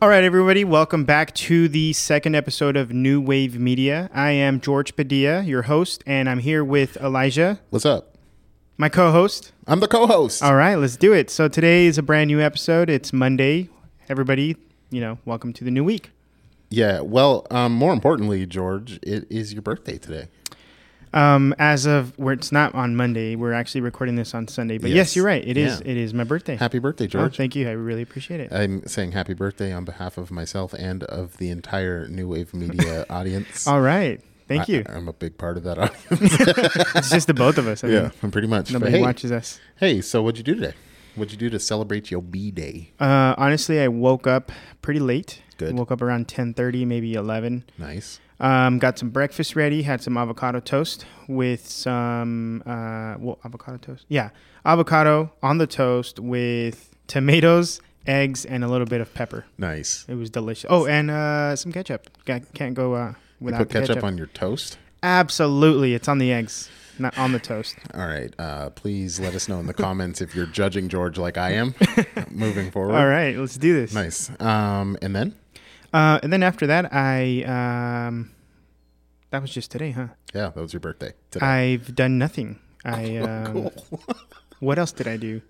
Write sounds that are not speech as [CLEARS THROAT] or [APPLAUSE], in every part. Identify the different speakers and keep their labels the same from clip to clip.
Speaker 1: All right, everybody, welcome back to the second episode of New Wave Media. I am George Padilla, your host, and I'm here with Elijah,
Speaker 2: What's up?
Speaker 1: my co host.
Speaker 2: I'm the co-host.
Speaker 1: All right, let's do it. So today is a brand new episode. It's Monday. Everybody, you know, welcome to the new week.
Speaker 2: yeah. Well, um, more importantly, George, it is your birthday today.
Speaker 1: Um, as of where it's not on Monday, we're actually recording this on Sunday. But yes,
Speaker 2: Yes.
Speaker 1: you're right. It is.
Speaker 2: Yeah.
Speaker 1: It is my birthday.
Speaker 2: Happy birthday,
Speaker 1: Oh,
Speaker 2: George.
Speaker 1: thank you. I really appreciate it.
Speaker 2: I'm saying happy birthday on behalf of myself and of the entire New Wave
Speaker 1: [LAUGHS]
Speaker 2: Media audience.
Speaker 1: All right. Thank
Speaker 2: [LAUGHS]
Speaker 1: you.
Speaker 2: I, am a big part of
Speaker 1: [LAUGHS]
Speaker 2: that audience.
Speaker 1: it's just the both of us. I
Speaker 2: yeah,
Speaker 1: mean,
Speaker 2: [LAUGHS] pretty much. But
Speaker 1: nobody
Speaker 2: hey,
Speaker 1: watches us.
Speaker 2: hey, so what'd you do today? What'd you do to celebrate your B day?
Speaker 1: Uh, honestly, I woke up pretty late.
Speaker 2: Good.
Speaker 1: Woke up around 10:30, maybe 11.
Speaker 2: Nice.
Speaker 1: Um, got some breakfast ready. Had some avocado toast with some uh, well, avocado toast. Yeah, avocado on the toast with tomatoes, eggs, and a little bit of pepper.
Speaker 2: Nice.
Speaker 1: It was delicious. Oh, and uh, some ketchup. Ca- Can't go uh,
Speaker 2: You
Speaker 1: without
Speaker 2: put
Speaker 1: the ketchup.
Speaker 2: ketchup, on your toast.
Speaker 1: Absolutely, it's on the eggs, not on the toast.
Speaker 2: All right. Uh, please let us
Speaker 1: [LAUGHS]
Speaker 2: know in the comments if you're judging George like I am moving forward.
Speaker 1: All right, let's do this.
Speaker 2: Nice. Um, and then?
Speaker 1: Uh, and then after that, I um, that was just today, huh?
Speaker 2: Yeah, that Oh, was your birthday today.
Speaker 1: I've done
Speaker 2: [LAUGHS]
Speaker 1: nothing. I um, what else did I do?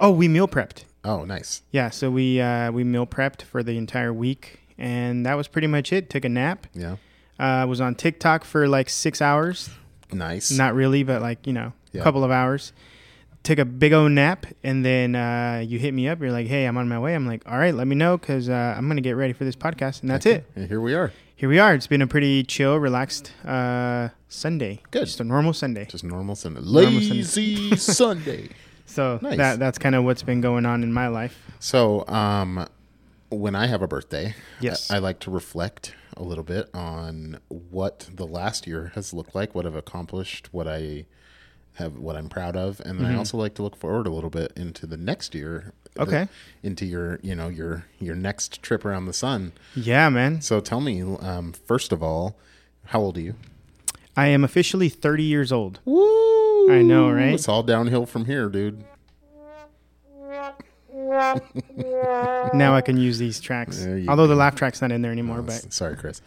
Speaker 1: Oh, we meal prepped.
Speaker 2: Oh, nice.
Speaker 1: Yeah, so we uh, we meal prepped for the entire week, and that was pretty much it. Took a nap.
Speaker 2: Yeah.
Speaker 1: Uh, was on TikTok for like six hours.
Speaker 2: Nice.
Speaker 1: Not really, but like you know, a
Speaker 2: Yeah.
Speaker 1: couple of hours. Took a big old nap, and then uh, you hit me up. You're like, "Hey, I'm on my way." I'm like, "All right, let me know because uh, I'm gonna get ready for this podcast." And that's it.
Speaker 2: And here we are.
Speaker 1: Here we are. It's been a pretty chill, relaxed uh, Sunday.
Speaker 2: Good.
Speaker 1: Just a normal Sunday.
Speaker 2: Just normal Sunday.
Speaker 1: Normal Sunday. [LAUGHS]
Speaker 2: Lazy Sunday.
Speaker 1: So
Speaker 2: Nice.
Speaker 1: that that's kind of what's been going on in my life.
Speaker 2: So, um, when I have a birthday,
Speaker 1: Yes.
Speaker 2: I, I like to reflect a little bit on what the last year has looked like, what I've accomplished, what I have, what I'm proud of, and then
Speaker 1: Mm-hmm.
Speaker 2: I also like to look forward a little bit into the next year. the-
Speaker 1: Okay.
Speaker 2: into your, you know, your your next trip around the sun.
Speaker 1: Yeah, man.
Speaker 2: So tell me, um, first of all, how old are you?
Speaker 1: I am officially 30 years old.
Speaker 2: Woo!
Speaker 1: I know, right?
Speaker 2: It's all downhill from here, dude.
Speaker 1: Now I can use these tracks.
Speaker 2: There you
Speaker 1: Although the laugh track's not in there anymore,
Speaker 2: S-
Speaker 1: but
Speaker 2: Sorry, Chris.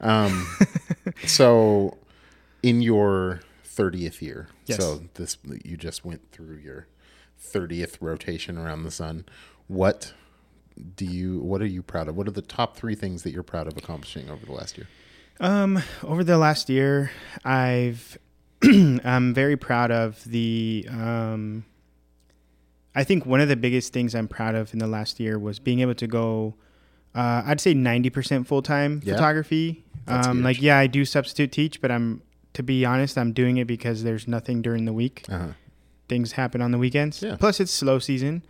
Speaker 2: Um, [LAUGHS] so, in your thirtieth year,
Speaker 1: Yes.
Speaker 2: so this you just went through your thirtieth rotation around the sun. What do you? What are you proud of? What are the top three things that you're proud of accomplishing over the last year?
Speaker 1: um over the last year, I've [CLEARS THROAT] I'm very proud of the um I think one of the biggest things I'm proud of in the last year was being able to go uh, I'd say 90% full-time
Speaker 2: Yeah.
Speaker 1: photography.
Speaker 2: That's
Speaker 1: um
Speaker 2: huge.
Speaker 1: like yeah, I do substitute teach, but I'm to be honest, I'm doing it because there's nothing during the week.
Speaker 2: Uh-huh.
Speaker 1: things happen on the weekends.
Speaker 2: Yeah.
Speaker 1: Plus, it's slow season,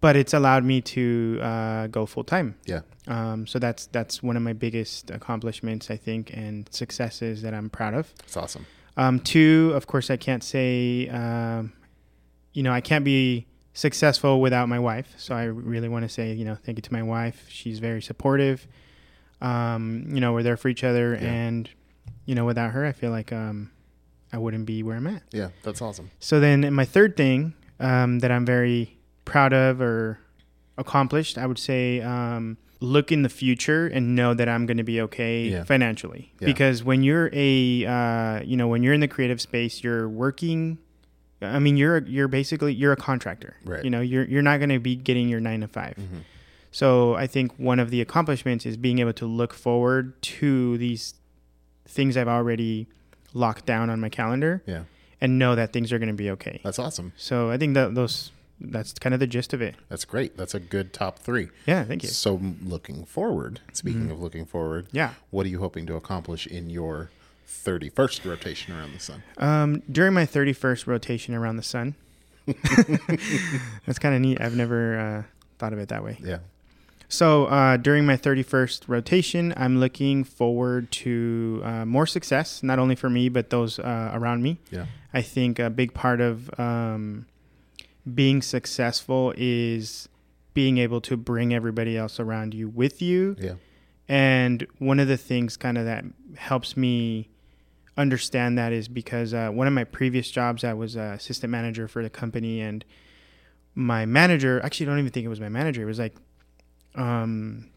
Speaker 1: but it's allowed me to uh, go full time.
Speaker 2: Yeah,
Speaker 1: Um, so that's that's one of my biggest accomplishments, I think, and successes that I'm proud of.
Speaker 2: it's awesome.
Speaker 1: Um, two, of course, I can't say, um, you know, I can't be successful without my wife. So I really want to say, you know, thank you to my wife. She's very supportive. Um, you know, we're there for each other,
Speaker 2: Yeah.
Speaker 1: and you know, without her, I feel like um, I wouldn't be where I'm at.
Speaker 2: Yeah, that's awesome.
Speaker 1: So then, my third thing um, that I'm very proud of or accomplished, I would say, um, look in the future and know that I'm going to be okay
Speaker 2: Yeah.
Speaker 1: financially.
Speaker 2: Yeah.
Speaker 1: Because when you're a, uh, you know, when you're in the creative space, you're working. I mean, you're you're basically you're a contractor.
Speaker 2: Right. Mm-hmm.
Speaker 1: You know, you're you're not going to be getting your nine to 5 So I think one of the accomplishments is being able to look forward to these things I've already locked down on my calendar
Speaker 2: Yeah,
Speaker 1: and know that things are going to be okay.
Speaker 2: that's awesome.
Speaker 1: So I think that those that's kind of the gist of it.
Speaker 2: That's great. That's a good top three.
Speaker 1: Yeah, thank you.
Speaker 2: So, looking forward. Speaking of looking forward,
Speaker 1: Yeah.
Speaker 2: what are you hoping to accomplish in your 31st rotation around the sun?
Speaker 1: Um, during my 31st rotation around the sun, [LAUGHS] that's kind of neat. I've never uh, thought of it that way.
Speaker 2: Yeah.
Speaker 1: So uh, during my 31st rotation, I'm looking forward to uh, more success, not only for me, but those uh, around me.
Speaker 2: Yeah.
Speaker 1: I think a big part of um, being successful is being able to bring everybody else around you with you.
Speaker 2: Yeah.
Speaker 1: And one of the things kind of that helps me understand that is because uh, one of my previous jobs, I was a assistant manager for the company, and my manager actually I don't even think it was my manager. It was like um,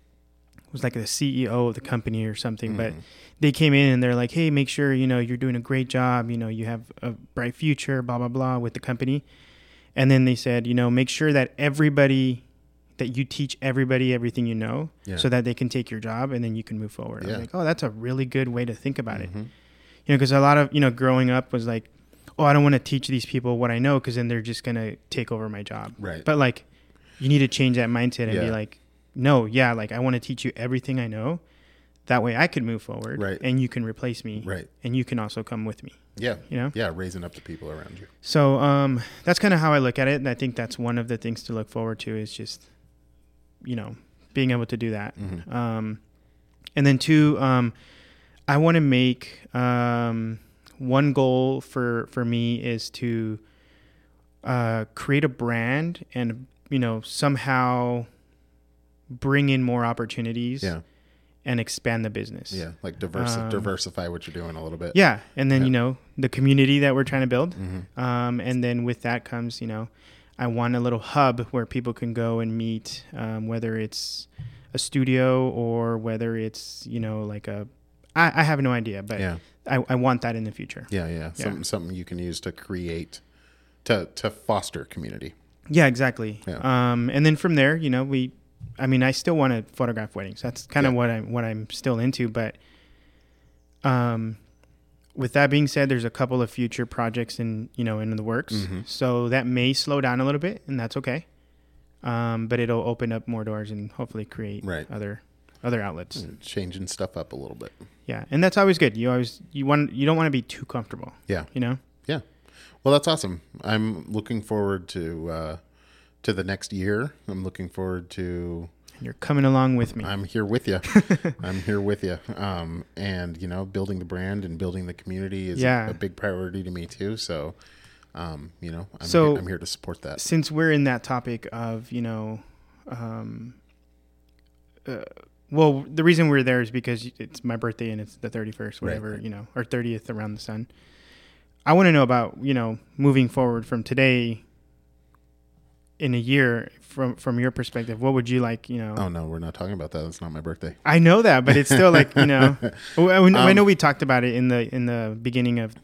Speaker 1: was like the CEO of the company or something, but
Speaker 2: Mm-hmm.
Speaker 1: they came in and they're like, "Hey, make sure you know you're doing a great job. You know, you have a bright future. Blah blah blah with the company." And then they said, "You know, make sure that everybody." That you teach everybody everything you know,
Speaker 2: Yeah.
Speaker 1: so that they can take your job and then you can move forward. I
Speaker 2: Yeah.
Speaker 1: was like, oh, that's a really good way to think about it.
Speaker 2: Mm-hmm.
Speaker 1: You know, because a lot of you know, growing up was like, oh, I don't want to teach these people what I know because then they're just gonna take over my job.
Speaker 2: Right.
Speaker 1: But like, you need to change that mindset and be
Speaker 2: Yeah.
Speaker 1: like, no, yeah, like I want to teach you everything I know. That way, I can move forward,
Speaker 2: Right.
Speaker 1: And you can replace me,
Speaker 2: Right.
Speaker 1: And you can also come with me.
Speaker 2: Yeah.
Speaker 1: You know?
Speaker 2: Yeah. Raising up the people around you.
Speaker 1: So um, that's kind of how I look at it, and I think that's one of the things to look forward to is just, you know, being able to do that.
Speaker 2: Mm-hmm.
Speaker 1: Um, and then two, um, I want to make um, one goal for for me is to uh, create a brand and you know somehow bring in more opportunities
Speaker 2: Yeah.
Speaker 1: and expand the business.
Speaker 2: Yeah. Like diversi-
Speaker 1: Um,
Speaker 2: diversify what you're doing a little bit. Mm-hmm.
Speaker 1: Yeah, and then
Speaker 2: Yeah.
Speaker 1: you know the community that we're trying to build, um, and then with that comes you know, I want a little hub where people can go and meet, um, whether it's a studio or whether it's you know like a, I, I have no idea, but
Speaker 2: Yeah.
Speaker 1: I, I want that in the future.
Speaker 2: Yeah. Yeah. Something, something you can use to create, to, to foster community.
Speaker 1: Yeah, exactly.
Speaker 2: Yeah.
Speaker 1: Um, and then from there, you know, we, I mean, I still want to photograph weddings. That's kind of what I'm what I'm still into. But, um, with that being said, there's a couple of future projects in you know in the works,
Speaker 2: Mm-hmm.
Speaker 1: so that may slow down a little bit, and that's okay. Um, but it'll open up more doors and hopefully create
Speaker 2: Right. Mm.
Speaker 1: other other outlets.
Speaker 2: Changing stuff up a little bit.
Speaker 1: Yeah, and that's always good. You always you want you don't want to be too comfortable.
Speaker 2: Yeah.
Speaker 1: You know.
Speaker 2: Yeah. Well, that's awesome. I'm looking forward to uh, to the next year. I'm looking forward to.
Speaker 1: You're coming along with me.
Speaker 2: I'm here with you.
Speaker 1: [LAUGHS]
Speaker 2: I'm here with you. Um, and you know, building the brand and building the community is a-
Speaker 1: Yeah.
Speaker 2: a, big priority to me too. So, um, you know, I'm,
Speaker 1: So-
Speaker 2: here, I'm here to support that.
Speaker 1: since we're in that topic of you know um uh, well the reason we're there is because it's my birthday and it's the 31st whatever
Speaker 2: right.
Speaker 1: you know or 30th around the sun i want to know about you know moving forward from today in a year from from your perspective what would you like you know
Speaker 2: Oh no, we're not talking about that. That's not my birthday.
Speaker 1: i know that but it's still like you
Speaker 2: [LAUGHS]
Speaker 1: know Oh, I, know-
Speaker 2: Um.
Speaker 1: I know we talked about it in the in the beginning of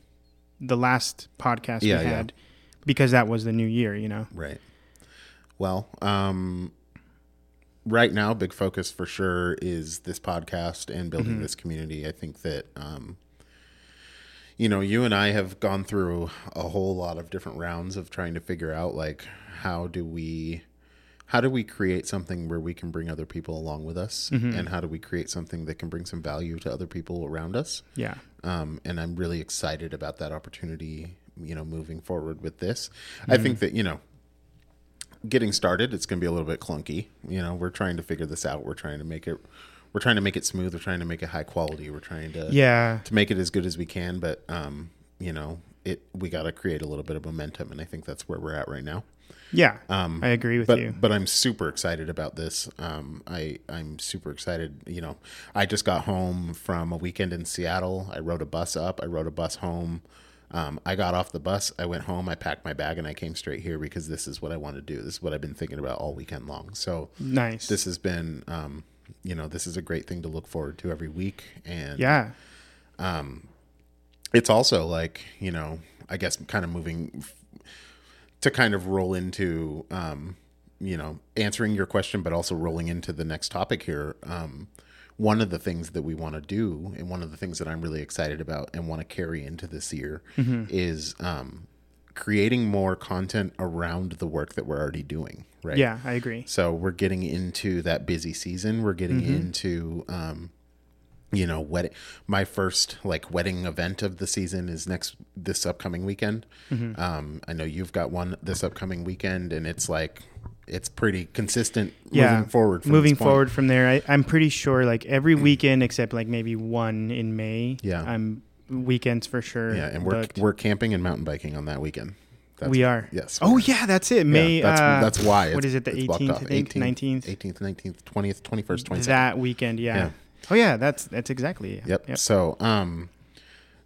Speaker 1: the last podcast
Speaker 2: Yeah,
Speaker 1: we
Speaker 2: yeah.
Speaker 1: had because that was the new year you know
Speaker 2: Right. Well, um, right now, big focus for sure is this podcast and building this community. I think that, um, you know, you and I have gone through a whole lot of different rounds of trying to figure out like how do we how do we create something where we can bring other people along with us and how do we create something that can bring some value to other people around us
Speaker 1: yeah
Speaker 2: um, and I'm really excited about that opportunity. You know, moving forward with this, I think that you know, getting started, it's going to be a little bit clunky. You know, we're trying to figure this out. We're trying to make it. We're trying to make it smooth. We're trying to make it high quality. We're trying to
Speaker 1: yeah
Speaker 2: to make it as good as we can. But um, you know, it we got to create a little bit of momentum, and I think that's where we're at right now.
Speaker 1: Yeah, I agree with
Speaker 2: Um, but
Speaker 1: you.
Speaker 2: but I'm super excited about this. Um, I I'm super excited. You know, I just got home from a weekend in Seattle. I rode a bus up. I rode a bus home. Um, I got off the bus. I went home. I packed my bag and I came straight here because this is what I want to do. This is what I've been thinking about all weekend long. So
Speaker 1: Nice.
Speaker 2: this has been, um, you know, this is a great thing to look forward to every week. And
Speaker 1: yeah,
Speaker 2: it's also like you know i guess kind of moving f- to kind of roll into um you know answering your question but also rolling into the next topic here um one of the things that we want to do and one of the things that i'm really excited about and want to carry into this year is um creating more content around the work that we're already doing right
Speaker 1: yeah, I agree.
Speaker 2: so we're getting into that busy season. We're getting
Speaker 1: Mm-hmm.
Speaker 2: into, um, you know, wedding. My first like wedding event of the season is next this upcoming weekend.
Speaker 1: Mm-hmm.
Speaker 2: Um, I know you've got one this upcoming weekend, and it's like it's pretty consistent
Speaker 1: Yeah,
Speaker 2: moving forward. from
Speaker 1: Moving
Speaker 2: this point.
Speaker 1: forward from there, I, I'm pretty sure like every weekend except like maybe one in May.
Speaker 2: Yeah.
Speaker 1: I'm weekends for sure.
Speaker 2: yeah, and we're
Speaker 1: booked.
Speaker 2: we're camping and mountain biking on that weekend. That's,
Speaker 1: We are.
Speaker 2: Yes.
Speaker 1: Oh yeah, that's it. May.
Speaker 2: that's,
Speaker 1: uh,
Speaker 2: that's why.
Speaker 1: What
Speaker 2: it's-
Speaker 1: is it? The
Speaker 2: it's blocked
Speaker 1: 18th,
Speaker 2: off.
Speaker 1: I think. 19th.
Speaker 2: 18th, 19th, 20th, 21st, 22nd.
Speaker 1: That weekend. Yeah.
Speaker 2: Yeah.
Speaker 1: Oh yeah, that's that's exactly. it.
Speaker 2: Yep. So, um,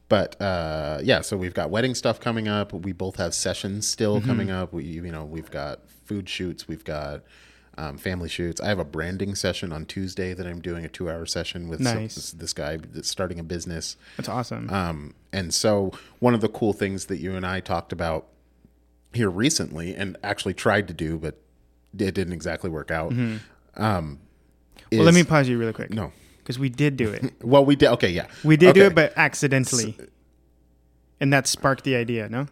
Speaker 2: but uh, yeah, so we've got wedding stuff coming
Speaker 1: Mm-hmm.
Speaker 2: up. We both have sessions still coming up. We, you know, we've got food shoots. We've got um, family shoots. I have a branding session on Tuesday that I'm doing a two hour session with some-
Speaker 1: Nice.
Speaker 2: this, this guy that's starting a business.
Speaker 1: That's awesome.
Speaker 2: Um, and so one of the cool things that you and I talked about here recently and actually tried to do, but it didn't exactly work out. Um,
Speaker 1: Mm-hmm. well, let
Speaker 2: is-
Speaker 1: me pause you really quick.
Speaker 2: no.
Speaker 1: Because we did do it.
Speaker 2: Well, we did. Okay, yeah,
Speaker 1: We did do
Speaker 2: Okay.
Speaker 1: it, but accidentally. And that sparked the idea, no?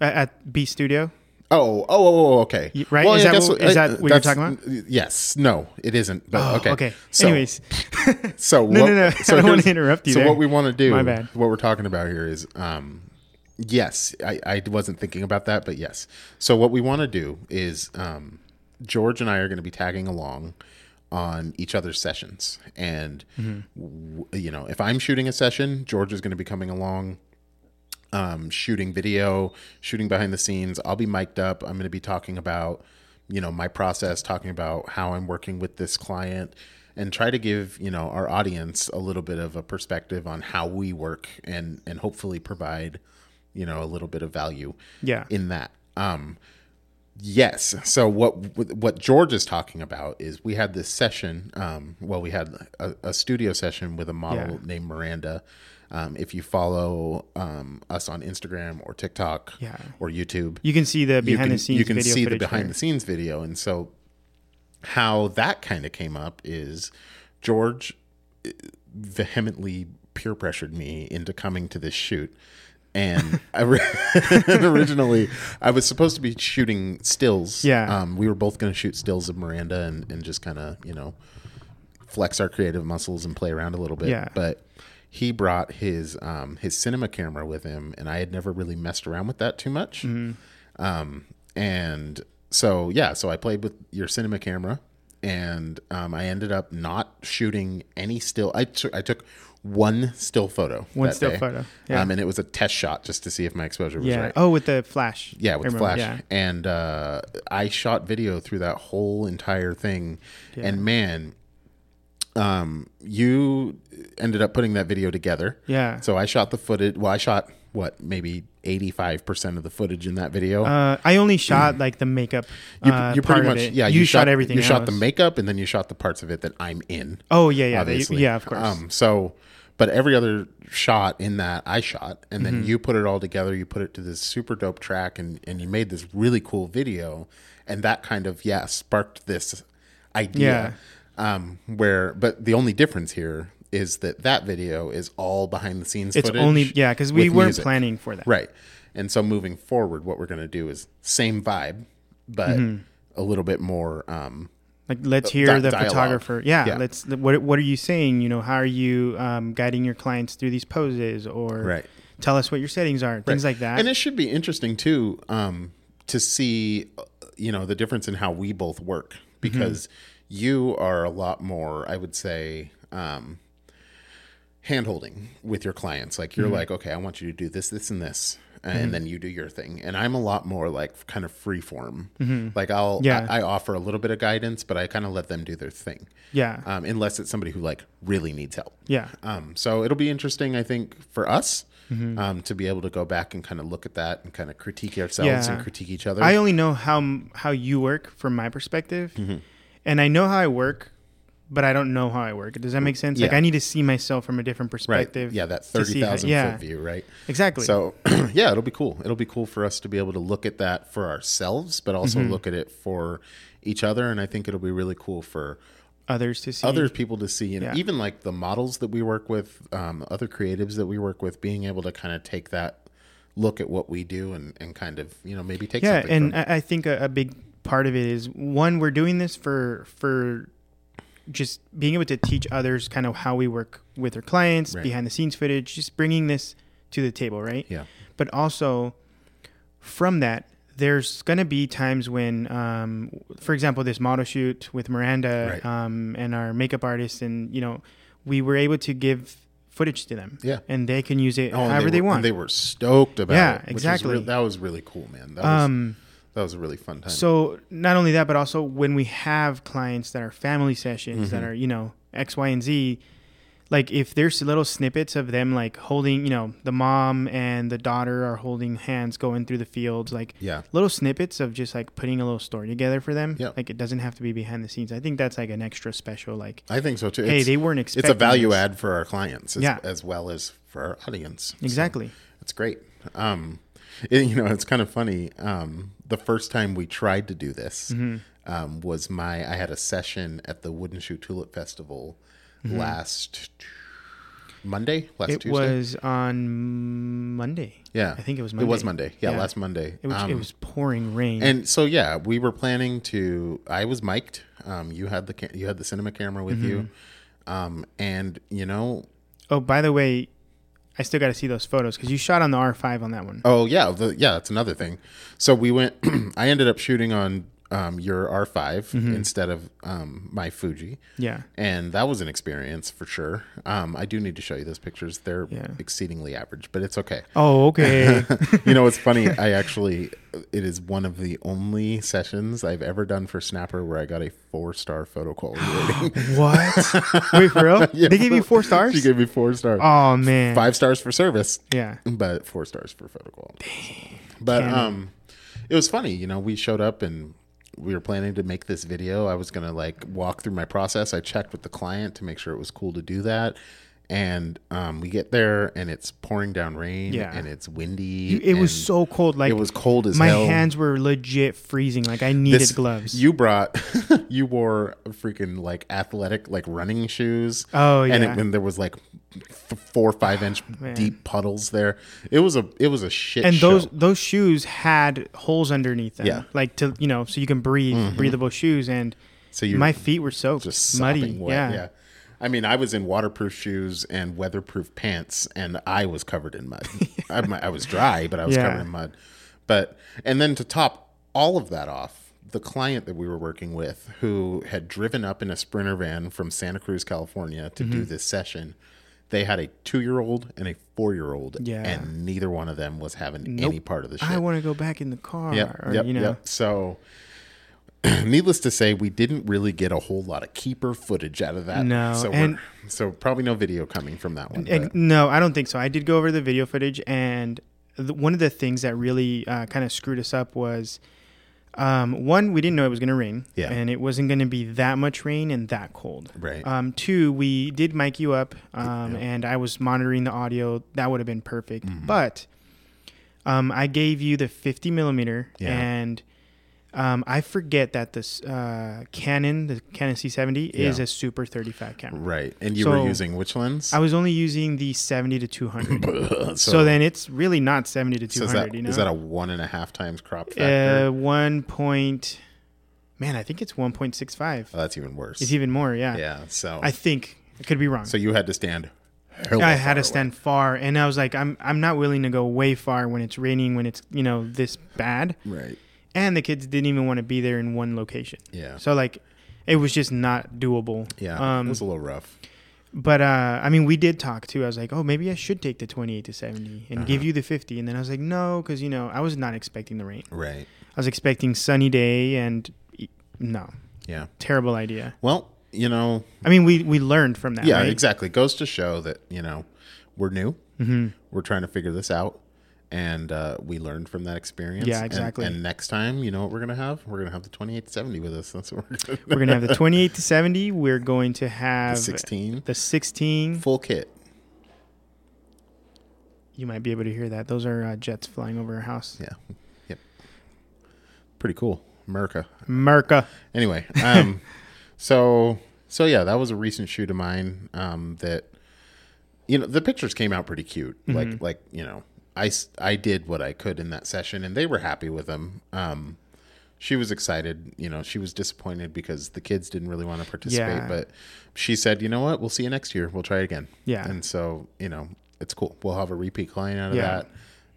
Speaker 1: At, at B Studio?
Speaker 2: Oh, oh, oh, oh, okay.
Speaker 1: Y- right? Is that what- is that what you're
Speaker 2: that's-
Speaker 1: talking
Speaker 2: Yes. No, it isn't. But
Speaker 1: Oh,
Speaker 2: okay.
Speaker 1: okay.
Speaker 2: So,
Speaker 1: Anyways,
Speaker 2: so
Speaker 1: No,
Speaker 2: what,
Speaker 1: no, [LAUGHS] no.
Speaker 2: So
Speaker 1: I don't wanna
Speaker 2: here's-
Speaker 1: interrupt you
Speaker 2: So
Speaker 1: there.
Speaker 2: what we want to do,
Speaker 1: My bad.
Speaker 2: what we're talking about here is, um, yes, I, I wasn't thinking about that, but yes. So what we want to do is, um, George and I are going to be tagging along on each other's sessions, and
Speaker 1: Mm-hmm.
Speaker 2: w- you know, if I'm shooting a session, George is going to be coming along um, shooting video, shooting behind the scenes. I'll be mic'd up. I'm going to be talking about, you know, my process, talking about how I'm working with this client, and try to give you know our audience a little bit of a perspective on how we work, and and hopefully provide, you know, a little bit of value
Speaker 1: yeah.
Speaker 2: in that. Um, yes. So what what George is talking about is we had this session. Um, well, we had a, a studio session with a model
Speaker 1: Yeah.
Speaker 2: named Miranda. Um, if you follow um, us on Instagram or TikTok
Speaker 1: Yeah.
Speaker 2: or YouTube,
Speaker 1: You can see the
Speaker 2: you
Speaker 1: behind
Speaker 2: can-
Speaker 1: the scenes
Speaker 2: you can
Speaker 1: video
Speaker 2: see the
Speaker 1: footage
Speaker 2: behind
Speaker 1: there.
Speaker 2: the scenes video and so how that kind of came up is george eh, vehemently peer pressured me into coming to this shoot and I re- [LAUGHS] originally i was supposed to be shooting stills
Speaker 1: Yeah.
Speaker 2: um, we were both going to shoot stills of miranda and, and just kind of you know flex our creative muscles and play around a little bit
Speaker 1: Yeah.
Speaker 2: but he brought his um, his cinema camera with him and i had never really messed around with that too much
Speaker 1: Mm-hmm.
Speaker 2: um, and so yeah, so I played with your cinema camera, and um, I ended up not shooting any still. I took I took one still photo.
Speaker 1: One
Speaker 2: that
Speaker 1: still
Speaker 2: day.
Speaker 1: photo, yeah.
Speaker 2: Um, and it was a test shot just to see if my exposure was
Speaker 1: Yeah.
Speaker 2: right.
Speaker 1: Oh, with the flash.
Speaker 2: Yeah, with
Speaker 1: I
Speaker 2: the
Speaker 1: remember,
Speaker 2: flash. And uh, I shot video through that whole entire thing. And man, um, you ended up putting that video together.
Speaker 1: Yeah.
Speaker 2: So I shot the footage. Well, I shot what maybe eighty five percent of the footage in that video.
Speaker 1: Yeah. Uh, I only shot like the makeup.
Speaker 2: You,
Speaker 1: uh,
Speaker 2: you pretty
Speaker 1: part of
Speaker 2: much
Speaker 1: it.
Speaker 2: yeah.
Speaker 1: You, shot, everything.
Speaker 2: You shot the
Speaker 1: else.
Speaker 2: makeup, and then you shot the parts of it that I'm in.
Speaker 1: Oh yeah, yeah, they-
Speaker 2: obviously.
Speaker 1: yeah. Of course.
Speaker 2: Um, so, but every other shot in that I shot, and
Speaker 1: Mm-hmm.
Speaker 2: then you put it all together. You put it to this super dope track, and and you made this really cool video, and that kind of yeah sparked this idea. Um, where but the only difference here is that that video is all behind the scenes.
Speaker 1: it's
Speaker 2: footage
Speaker 1: only yeah because we
Speaker 2: with
Speaker 1: weren't
Speaker 2: music.
Speaker 1: planning for that.
Speaker 2: [LAUGHS] Right. And so moving forward, what we're going to do is same vibe, but
Speaker 1: Mm-hmm.
Speaker 2: a little bit more. Um,
Speaker 1: Like let's hear
Speaker 2: di-
Speaker 1: the
Speaker 2: dialogue.
Speaker 1: photographer. Yeah,
Speaker 2: Yeah.
Speaker 1: Let's what what are you saying? You know, how are you um, guiding your clients through these poses? Or
Speaker 2: Right.
Speaker 1: tell us what your settings are. Things like that.
Speaker 2: and it should be interesting too um, to see, uh, you know, the difference in how we both work
Speaker 1: Mm-hmm.
Speaker 2: because you are a lot more, I would say, um, hand holding with your clients. Like
Speaker 1: Mm-hmm.
Speaker 2: you're like, okay, I want you to do this, this, and this. And then you do your thing. And I'm a lot more like kind of free form. Like I'll,
Speaker 1: Mm-hmm. Yeah.
Speaker 2: I, I offer a little bit of guidance, but I kind of let them do their thing.
Speaker 1: yeah.
Speaker 2: um, unless it's somebody who like really needs help.
Speaker 1: yeah.
Speaker 2: Um, so it'll be interesting, I think, for us
Speaker 1: Mm-hmm.
Speaker 2: um, to be able to go back and kind of look at that and kind of critique ourselves
Speaker 1: Yeah.
Speaker 2: and critique each other.
Speaker 1: I only know how m- how you work from my perspective,
Speaker 2: Mm-hmm.
Speaker 1: and I know how I work, but I don't know how I work. Does that make sense? Like
Speaker 2: Yeah.
Speaker 1: I need to see myself from a different
Speaker 2: right?
Speaker 1: perspective.
Speaker 2: Yeah, that
Speaker 1: to see
Speaker 2: thirty
Speaker 1: how-
Speaker 2: thousand
Speaker 1: yeah,
Speaker 2: foot view, right?
Speaker 1: Exactly.
Speaker 2: So [CLEARS THROAT] yeah, it'll be cool. It'll be cool for us to be able to look at that for ourselves, but also
Speaker 1: Mm-hmm.
Speaker 2: look at it for each other. And I think it'll be really cool for
Speaker 1: others to see.
Speaker 2: other people to see, and
Speaker 1: Yeah.
Speaker 2: even like the models that we work with, um, other creatives that we work with, being able to kind of take that look at what we do and, and kind of you know maybe take
Speaker 1: yeah,
Speaker 2: something from
Speaker 1: and uh, I, I think a, a big part of it is one we're doing this for for just being able to teach others kind of how we work with our clients,
Speaker 2: Right.
Speaker 1: behind the scenes footage, just bringing this to the table, right?
Speaker 2: Yeah.
Speaker 1: But also from that, there's going to be times when, um, for example, this model shoot with Miranda
Speaker 2: Right.
Speaker 1: um, and our makeup artist, and you know, we were able to give footage to them,
Speaker 2: Yeah.
Speaker 1: and they can use it
Speaker 2: Oh, and
Speaker 1: however they,
Speaker 2: were,
Speaker 1: want.
Speaker 2: And they were stoked about
Speaker 1: Yeah,
Speaker 2: it. which is
Speaker 1: exactly.
Speaker 2: real- that was really cool, man. That was,
Speaker 1: um,
Speaker 2: that was a really fun time.
Speaker 1: So not only that, but also
Speaker 2: Mm-hmm.
Speaker 1: when we have clients that are family sessions that are you know X, Y, and Z, like if there's little snippets of them like holding, you know, the mom and the daughter are holding hands going through the fields, like
Speaker 2: Yeah.
Speaker 1: little snippets of just like putting a little story together for them.
Speaker 2: Yeah.
Speaker 1: Like it doesn't have to be behind the scenes. I think that's like an extra special like
Speaker 2: I think so too.
Speaker 1: hey,
Speaker 2: it's,
Speaker 1: they weren't
Speaker 2: it's
Speaker 1: expecting
Speaker 2: a value
Speaker 1: this.
Speaker 2: add for our clients as,
Speaker 1: Yeah.
Speaker 2: as well as for our audience. So
Speaker 1: Exactly.
Speaker 2: it's great. Um, it- you know, it's kind of funny. Um, the first time we tried to do this
Speaker 1: Mm-hmm.
Speaker 2: um, was my, I had a session at the Wooden Shoe Tulip Festival last Monday, last
Speaker 1: Mm-hmm. It
Speaker 2: Tuesday.
Speaker 1: was on Monday.
Speaker 2: yeah.
Speaker 1: I think it was
Speaker 2: It was
Speaker 1: Monday.
Speaker 2: Monday. Yeah,
Speaker 1: Yeah.
Speaker 2: last Monday.
Speaker 1: It was, it
Speaker 2: Um,
Speaker 1: was pouring rain.
Speaker 2: And so yeah, we were planning to. I was mic'd. Um, you had the ca- you had the cinema camera with you,
Speaker 1: Mm-hmm.
Speaker 2: um, and you know,
Speaker 1: oh, by the way, I still got to see those photos because you shot on the R5 on that one.
Speaker 2: oh yeah, the, yeah, that's another thing. So we went. [CLEARS THROAT] I ended up shooting on um, your R 5
Speaker 1: Mm-hmm.
Speaker 2: instead of um, my Fuji.
Speaker 1: Yeah.
Speaker 2: And that was an experience for sure. Um, I do need to show you those pictures. They're
Speaker 1: Yeah.
Speaker 2: exceedingly average, but it's okay. [LAUGHS]
Speaker 1: Oh, okay.
Speaker 2: you know, it's funny. I actually, it is one of the only sessions I've ever done for Snapper where I got a four star
Speaker 1: [GASPS]
Speaker 2: photo quality rating. [LAUGHS]
Speaker 1: what? Wait, for real?
Speaker 2: Yeah,
Speaker 1: they gave you four stars?
Speaker 2: [LAUGHS] She gave me four stars.
Speaker 1: oh, man.
Speaker 2: Five stars for service,
Speaker 1: Yeah.
Speaker 2: but four stars for photo quality. But um, it was funny. You know, we showed up and we were planning to make this video. I was gonna like walk through my process. I checked with the client to make sure it was cool to do that. And um, we get there and it's pouring down rain
Speaker 1: Yeah.
Speaker 2: and it's windy.
Speaker 1: It was
Speaker 2: and
Speaker 1: so cold. Like,
Speaker 2: it was cold as
Speaker 1: my
Speaker 2: hell.
Speaker 1: hands were legit freezing. Like, I needed
Speaker 2: This-
Speaker 1: gloves.
Speaker 2: You brought, [LAUGHS] you wore freaking like athletic, like running shoes.
Speaker 1: Oh,
Speaker 2: and
Speaker 1: yeah. Ah,
Speaker 2: it, and there was like f- four or five inch deep puddles there. It was a it was a shit.
Speaker 1: and
Speaker 2: show.
Speaker 1: those those shoes had holes underneath them.
Speaker 2: Yeah.
Speaker 1: Like, to, you know, so you can breathe, breathable shoes. And
Speaker 2: so you
Speaker 1: my feet were soaked,
Speaker 2: just
Speaker 1: muddy.
Speaker 2: sopping wet.
Speaker 1: Yeah.
Speaker 2: I mean, I was in waterproof shoes and weatherproof pants, and I was covered
Speaker 1: [LAUGHS]
Speaker 2: in mud. I, my- I was dry, but I was
Speaker 1: Yeah.
Speaker 2: covered in mud. But and then to top all of that off, the client that we were working with, who had driven up in a sprinter van from Santa Cruz, California, to
Speaker 1: Mm-hmm.
Speaker 2: do this session, they had a two-year-old and a four-year-old,
Speaker 1: Yeah.
Speaker 2: and neither one of them was having any part of the shit.
Speaker 1: I want to go back in the car.
Speaker 2: Yep,
Speaker 1: or,
Speaker 2: yep,
Speaker 1: you know,
Speaker 2: yep. So, [CLEARS THROAT] needless to say, we didn't really get a whole lot of keeper footage out of that.
Speaker 1: No,
Speaker 2: So,
Speaker 1: and-
Speaker 2: we're, so probably no video coming from that one.
Speaker 1: And, no, I don't think so. I did go over the video footage, and the, one of the things that really uh, kind of screwed us up was um, one, we didn't know it was going to rain,
Speaker 2: Yeah.
Speaker 1: and it wasn't going to be that much rain and that cold.
Speaker 2: Right.
Speaker 1: Um, two, we did mic you up, um, and I was monitoring the audio. That would have been perfect,
Speaker 2: Mm-hmm.
Speaker 1: but um, I gave you the 50 millimeter,
Speaker 2: Yeah.
Speaker 1: and um, I forget that this uh, Canon, the Canon C70, is
Speaker 2: Yeah.
Speaker 1: a super 35 camera.
Speaker 2: but- right. And you
Speaker 1: So-
Speaker 2: were using which lens?
Speaker 1: I was only using the 70 to 200.
Speaker 2: [LAUGHS] so,
Speaker 1: so, then it's really not 70 to
Speaker 2: so
Speaker 1: 200,
Speaker 2: is, that,
Speaker 1: you know?
Speaker 2: is that a one and a half times crop factor?
Speaker 1: uh, one point, man, I think it's 1.65.
Speaker 2: oh, that's even worse.
Speaker 1: It's even more, yeah.
Speaker 2: yeah. So,
Speaker 1: I think, I could be wrong.
Speaker 2: so you had to stand. hella
Speaker 1: I had
Speaker 2: far
Speaker 1: to stand far, and I was like, I'm, I'm not willing to go way far when it's raining, when it's, you know, this bad.
Speaker 2: away. Right.
Speaker 1: And the kids didn't even want to be there in one location.
Speaker 2: Yeah.
Speaker 1: So, like, it was just not doable.
Speaker 2: yeah.
Speaker 1: Um,
Speaker 2: it was a little rough.
Speaker 1: But uh, I mean, we did talk too. I was like, oh, maybe I should take the 28 to 70
Speaker 2: Uh-huh.
Speaker 1: and give you the 50. And then I was like, no, because, you know, I was not expecting the rain.
Speaker 2: Right.
Speaker 1: I was expecting sunny day and e- no,
Speaker 2: Yeah.
Speaker 1: terrible idea.
Speaker 2: Well, you know,
Speaker 1: I mean, we, we learned from that.
Speaker 2: Yeah,
Speaker 1: right?
Speaker 2: exactly. Goes to show that you know we're new. Mm-hmm. We're trying to figure this out, and uh, we learned from that experience.
Speaker 1: Yeah,
Speaker 2: And-
Speaker 1: exactly.
Speaker 2: And, next time, you know what we're gonna have? We're gonna have the twenty eight seventy with us. [LAUGHS] That's what we're gonna.
Speaker 1: We're going to
Speaker 2: [LAUGHS]
Speaker 1: have the 28 to 70. We're going to have
Speaker 2: Sixteen
Speaker 1: the 16.
Speaker 2: full kit.
Speaker 1: You might be able to hear that. Those are uh, jets flying over our house.
Speaker 2: Yeah. Yep. Pretty cool, America.
Speaker 1: Merca.
Speaker 2: Anyway, um,
Speaker 1: [LAUGHS]
Speaker 2: so so yeah, that was a recent shoot of mine. Um, that you know the pictures came out pretty cute.
Speaker 1: Mm-hmm.
Speaker 2: Like like you know I s- I did what I could in that session, and they were happy with them. Um, she was excited. You know, she was disappointed because the kids didn't really want to participate,
Speaker 1: Yeah.
Speaker 2: but she said, you know what, we'll see you next year. We'll try it again.
Speaker 1: Yeah.
Speaker 2: And so you know it's cool. We'll have a repeat client out of
Speaker 1: Yeah.
Speaker 2: that.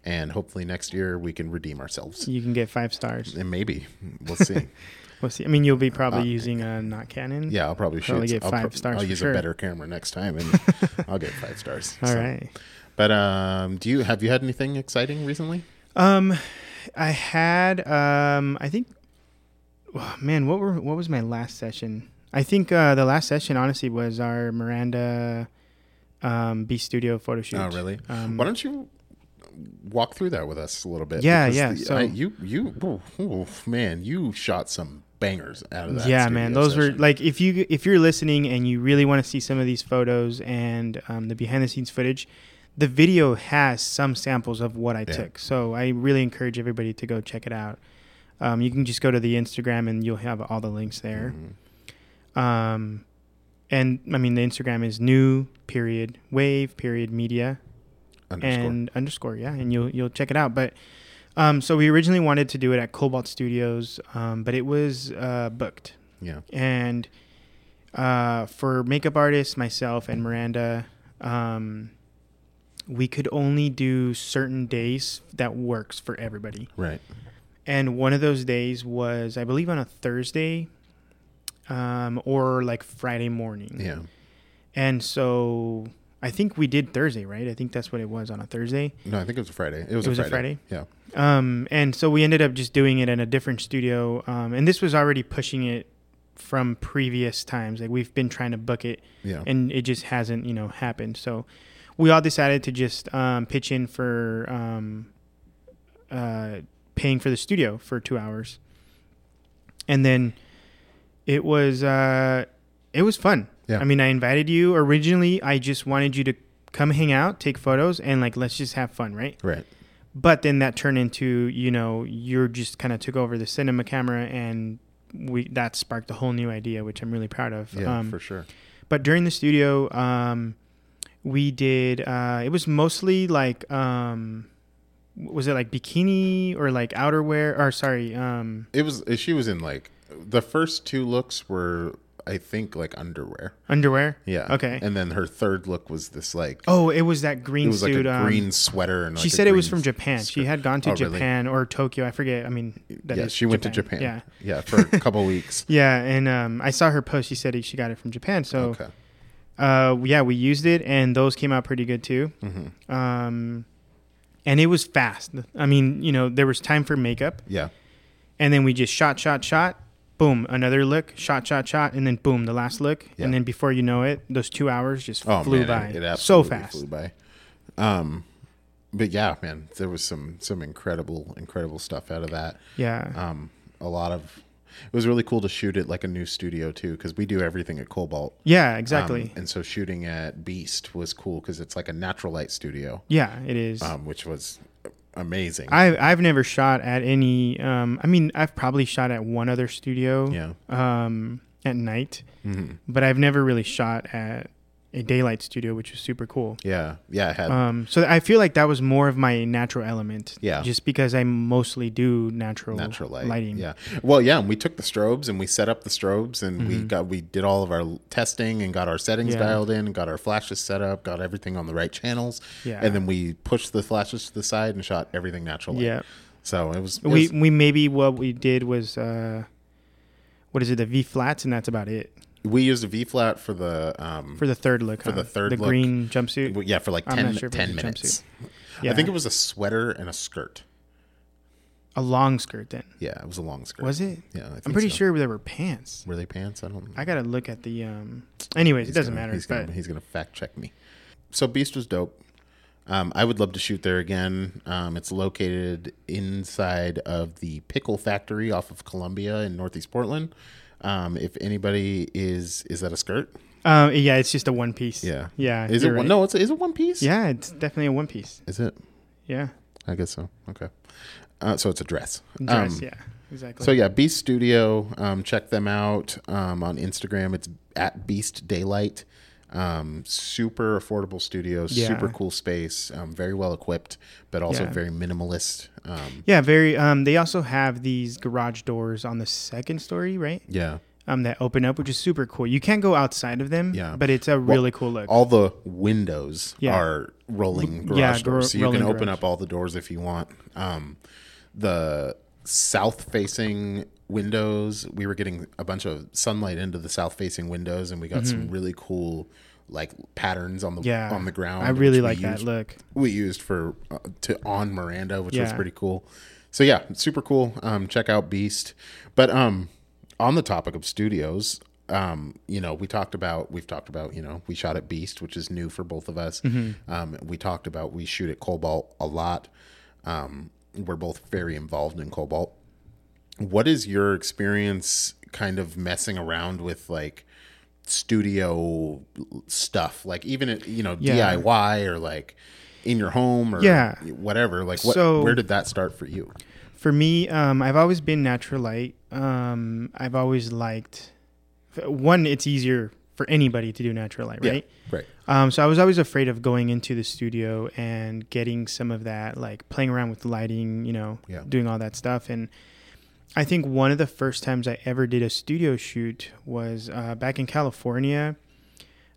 Speaker 2: And hopefully next year we can redeem ourselves.
Speaker 1: You can get five stars.
Speaker 2: And maybe
Speaker 1: [LAUGHS]
Speaker 2: we'll see.
Speaker 1: We'll see. I mean, you'll be probably using a not Canon.
Speaker 2: Uh, Yeah, I'll probably,
Speaker 1: Probably
Speaker 2: shoot.
Speaker 1: get
Speaker 2: I'll
Speaker 1: five stars
Speaker 2: I'll
Speaker 1: for
Speaker 2: use
Speaker 1: sure.
Speaker 2: a better camera next time,
Speaker 1: [LAUGHS]
Speaker 2: and I'll get five stars.
Speaker 1: All
Speaker 2: So-
Speaker 1: right.
Speaker 2: But um, do you have you had anything exciting recently?
Speaker 1: Um, I had um, I think, oh, man, what were what was my last session? I think uh, the last session honestly was our Miranda um, B Studio photo shoot.
Speaker 2: Oh, really?
Speaker 1: Um,
Speaker 2: Why don't you walk through that with us a little bit?
Speaker 1: Yeah,
Speaker 2: Because
Speaker 1: yeah,
Speaker 2: the-
Speaker 1: so-
Speaker 2: I- you, you, ooh, ooh, man, you shot some bangers out of that.
Speaker 1: yeah man
Speaker 2: studio
Speaker 1: those were
Speaker 2: session.
Speaker 1: like if you if you're listening and you really want to see some of these photos and um, the behind the scenes footage the video has some samples of what i
Speaker 2: Yeah.
Speaker 1: took so i really encourage everybody to go check it out um, you can just go to the instagram and you'll have all the links there
Speaker 2: Mhm.
Speaker 1: um, and i mean the instagram is new period wave period media
Speaker 2: Underscore.
Speaker 1: and underscore yeah and you'll you'll check it out but um, so we originally wanted to do it at cobalt studios um, but it was uh, booked
Speaker 2: yeah.
Speaker 1: and uh, for makeup artists, myself and Miranda, um, we could only do certain days that works for everybody.
Speaker 2: Right.
Speaker 1: And one of those days was, I believe, on a Thursday, um, or like Friday morning.
Speaker 2: Yeah.
Speaker 1: And so I think we did Thursday, right? I think that's what it was on a Thursday.
Speaker 2: No, I think it was a Friday. It was,
Speaker 1: It was
Speaker 2: a,
Speaker 1: a
Speaker 2: Friday.
Speaker 1: Um, and so we ended up just doing it in a different studio. Um, and this was already pushing it from previous times. Like we've been trying to book it
Speaker 2: Yeah. Yeah.
Speaker 1: and it just hasn't you know happened so we all decided to just um, pitch in for um, uh, paying for the studio for two hours and then it was uh, it was fun
Speaker 2: Yeah.
Speaker 1: i mean i invited you originally i just wanted you to come hang out take photos and like let's just have fun right
Speaker 2: Right.
Speaker 1: but then that turned into you know you're just kind of took over the cinema camera and we that sparked a whole new idea which i'm really proud of
Speaker 2: Yeah.
Speaker 1: Um,
Speaker 2: for sure.
Speaker 1: but during the studio um we did uh it was mostly like um was it like bikini or like outerwear or sorry um
Speaker 2: It was. She was in like the first two looks were, I think, like underwear.
Speaker 1: underwear
Speaker 2: Yeah.
Speaker 1: Okay.
Speaker 2: And then her third look was this like.
Speaker 1: oh it was that green
Speaker 2: it was like
Speaker 1: suit
Speaker 2: a
Speaker 1: um,
Speaker 2: green sweater. And
Speaker 1: she
Speaker 2: like, a
Speaker 1: said it was from
Speaker 2: green
Speaker 1: japan she had gone to
Speaker 2: Oh, really?
Speaker 1: japan or tokyo i forget i mean that
Speaker 2: yeah,
Speaker 1: is
Speaker 2: she went to Japan.
Speaker 1: yeah
Speaker 2: yeah, for
Speaker 1: [LAUGHS]
Speaker 2: a couple weeks.
Speaker 1: yeah and um i saw her post she said she got it from japan so
Speaker 2: Okay,
Speaker 1: uh yeah we used it and those came out pretty good too
Speaker 2: Mhm.
Speaker 1: um and it was fast i mean you know there was time for makeup
Speaker 2: yeah,
Speaker 1: and then we just shot, shot, shot, boom, another look, shot, shot, shot, and then boom, the last look,
Speaker 2: Yeah.
Speaker 1: and then before you know it, those two hours just
Speaker 2: oh
Speaker 1: flew
Speaker 2: man,
Speaker 1: by
Speaker 2: it, it
Speaker 1: so
Speaker 2: absolutely
Speaker 1: fast.
Speaker 2: flew by. Um, but yeah, man, there was some some incredible incredible stuff out of that.
Speaker 1: Yeah,
Speaker 2: Um, a lot of it was really cool to shoot at like a new studio too because we do everything at Cobalt.
Speaker 1: yeah,
Speaker 2: Um,
Speaker 1: exactly.
Speaker 2: and so shooting at Beast was cool because it's like a natural light studio,
Speaker 1: yeah, it is.
Speaker 2: um, which was amazing.
Speaker 1: I I've never shot at any. Um, I mean, I've probably shot at one other studio.
Speaker 2: yeah, Mm-hmm.
Speaker 1: Um, at night, but I've never really shot at a daylight studio, which was super cool.
Speaker 2: yeah, yeah. I had
Speaker 1: Um, so I feel like that was more of my natural element.
Speaker 2: Yeah.
Speaker 1: Just because I mostly do natural
Speaker 2: natural light.
Speaker 1: lighting.
Speaker 2: Yeah. Well, yeah, and we took the strobes and we set up the strobes and we got we did all of our l- testing and got our settings
Speaker 1: Mm-hmm. Yeah.
Speaker 2: dialed in, got our flashes set up, got everything on the right channels.
Speaker 1: Yeah.
Speaker 2: And then we pushed the flashes to the side and shot everything natural light.
Speaker 1: Yeah.
Speaker 2: So it was, it
Speaker 1: we
Speaker 2: was-
Speaker 1: we maybe what we did was uh what is it the v flats and that's about it
Speaker 2: we used a V flat for the um
Speaker 1: for the third look for
Speaker 2: the third
Speaker 1: the
Speaker 2: look.
Speaker 1: green jumpsuit
Speaker 2: w- yeah, for like
Speaker 1: I'm
Speaker 2: 10,
Speaker 1: not sure if it
Speaker 2: 10
Speaker 1: was a
Speaker 2: minutes.
Speaker 1: yeah
Speaker 2: I think it was a sweater and a skirt.
Speaker 1: a long skirt then
Speaker 2: Yeah, it was a long skirt.
Speaker 1: was it
Speaker 2: Yeah, I think
Speaker 1: i'm pretty
Speaker 2: so.
Speaker 1: sure there were pants
Speaker 2: Were they pants? I don't know.
Speaker 1: i gotta look at the um anyways it doesn't
Speaker 2: gonna-
Speaker 1: matter
Speaker 2: He's
Speaker 1: but
Speaker 2: gonna, he's gonna fact check me. So Beast was dope. Um, I would love to shoot there again. Um, it's located inside of the Pickle Factory off of Columbia in Northeast Portland. Um, if anybody is is that a skirt?
Speaker 1: um yeah it's just a one piece
Speaker 2: Yeah.
Speaker 1: yeah
Speaker 2: Is
Speaker 1: Uh,
Speaker 2: it
Speaker 1: you're
Speaker 2: one?
Speaker 1: right.
Speaker 2: No, it's is it one piece?
Speaker 1: yeah it's definitely a one piece
Speaker 2: Is it?
Speaker 1: yeah
Speaker 2: I guess so. Okay. Uh, so it's a dress.
Speaker 1: dress
Speaker 2: Um,
Speaker 1: yeah exactly
Speaker 2: So yeah, Beast Studio. Um, check them out um, on Instagram. It's at Beast Daylight. Um, super affordable studio.
Speaker 1: Yeah.
Speaker 2: Super cool space. Um, very well equipped, but also
Speaker 1: Yeah.
Speaker 2: very minimalist. Um,
Speaker 1: yeah very um they also have these garage doors on the second story right
Speaker 2: yeah.
Speaker 1: um that open up which is super cool you can't go outside of them
Speaker 2: Yeah.
Speaker 1: but it's a really cool look
Speaker 2: All the windows
Speaker 1: Yeah.
Speaker 2: are rolling garage
Speaker 1: yeah, gro-
Speaker 2: doors, so you can
Speaker 1: rolling
Speaker 2: open
Speaker 1: garage.
Speaker 2: up all the doors if you want. Um, the south facing windows, we were getting a bunch of sunlight into the south facing windows, and we got some really cool like patterns on the
Speaker 1: Mm-hmm. yeah
Speaker 2: on the ground.
Speaker 1: i really
Speaker 2: which we
Speaker 1: like that
Speaker 2: used-
Speaker 1: look
Speaker 2: We used for uh, to on Miranda, which was
Speaker 1: Yeah.
Speaker 2: pretty cool. So yeah, super cool. Um, check out Beast. But um, on the topic of studios, um, you know, we talked about we've talked about you know we shot at Beast, which is new for both of us. Um, we talked about we shoot at Cobalt a lot. Um, we're both very involved in Cobalt. What is your experience, kind of messing around with like studio stuff, like even at, you know
Speaker 1: Yeah.
Speaker 2: DIY or like in your home or
Speaker 1: Yeah.
Speaker 2: whatever? Like, what,
Speaker 1: So-
Speaker 2: where did that start for you?
Speaker 1: For me, um, I've always been natural light. Um, I've always liked one. It's easier for anybody to do natural light,
Speaker 2: Yeah.
Speaker 1: right?
Speaker 2: Right.
Speaker 1: Um, so I was always afraid of going into the studio and getting some of that, like playing around with lighting, you know,
Speaker 2: Yeah.
Speaker 1: doing all that stuff. And I think one of the first times I ever did a studio shoot was uh, back in California.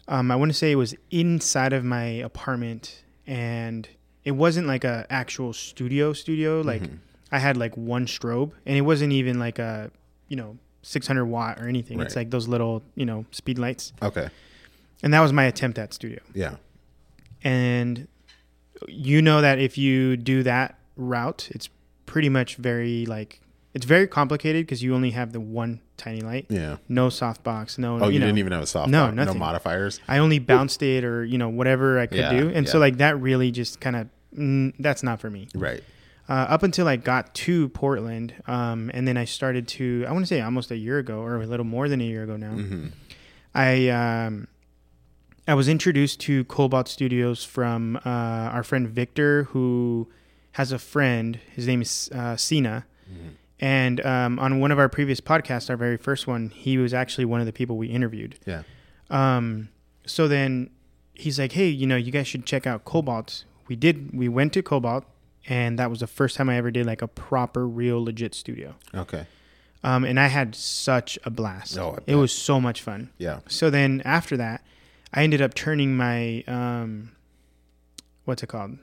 Speaker 1: Um, I want to say it was inside of my apartment, and it wasn't like a actual studio studio. Like
Speaker 2: Mm-hmm.
Speaker 1: I had like one strobe, and it wasn't even like a you know 600 watt or anything. It's
Speaker 2: Right.
Speaker 1: like those little you know speed lights,
Speaker 2: Okay.
Speaker 1: and that was my attempt at studio
Speaker 2: Yeah.
Speaker 1: and you know that if you do that route it's pretty much very like it's very complicated because you only have the one tiny light
Speaker 2: Yeah.
Speaker 1: no softbox no
Speaker 2: Oh, you,
Speaker 1: you, know
Speaker 2: didn't even have a soft
Speaker 1: No,
Speaker 2: no, no
Speaker 1: nothing.
Speaker 2: modifiers.
Speaker 1: i only bounced it or you know whatever i could
Speaker 2: Yeah,
Speaker 1: do and so
Speaker 2: yeah.
Speaker 1: like that really just kind of mm, that's not for me
Speaker 2: Right.
Speaker 1: uh, up until i got to portland um, and then i started to i want to say almost a year ago or a little more than a year ago now i um, I was introduced to Cobalt Studios from uh, our friend Victor, who has a friend. His name is uh, Sina. And um, on one of our previous podcasts, our very first one, he was actually one of the people we interviewed.
Speaker 2: Yeah.
Speaker 1: Um, so then he's like, "Hey, you know, you guys should check out Cobalt." We did. We went to Cobalt, and that was the first time I ever did like a proper, real, legit studio.
Speaker 2: Okay.
Speaker 1: Um, and I had such a blast.
Speaker 2: Oh, I
Speaker 1: it
Speaker 2: bet.
Speaker 1: was so much fun.
Speaker 2: Yeah.
Speaker 1: So then after that, I ended up turning my um, what's it called?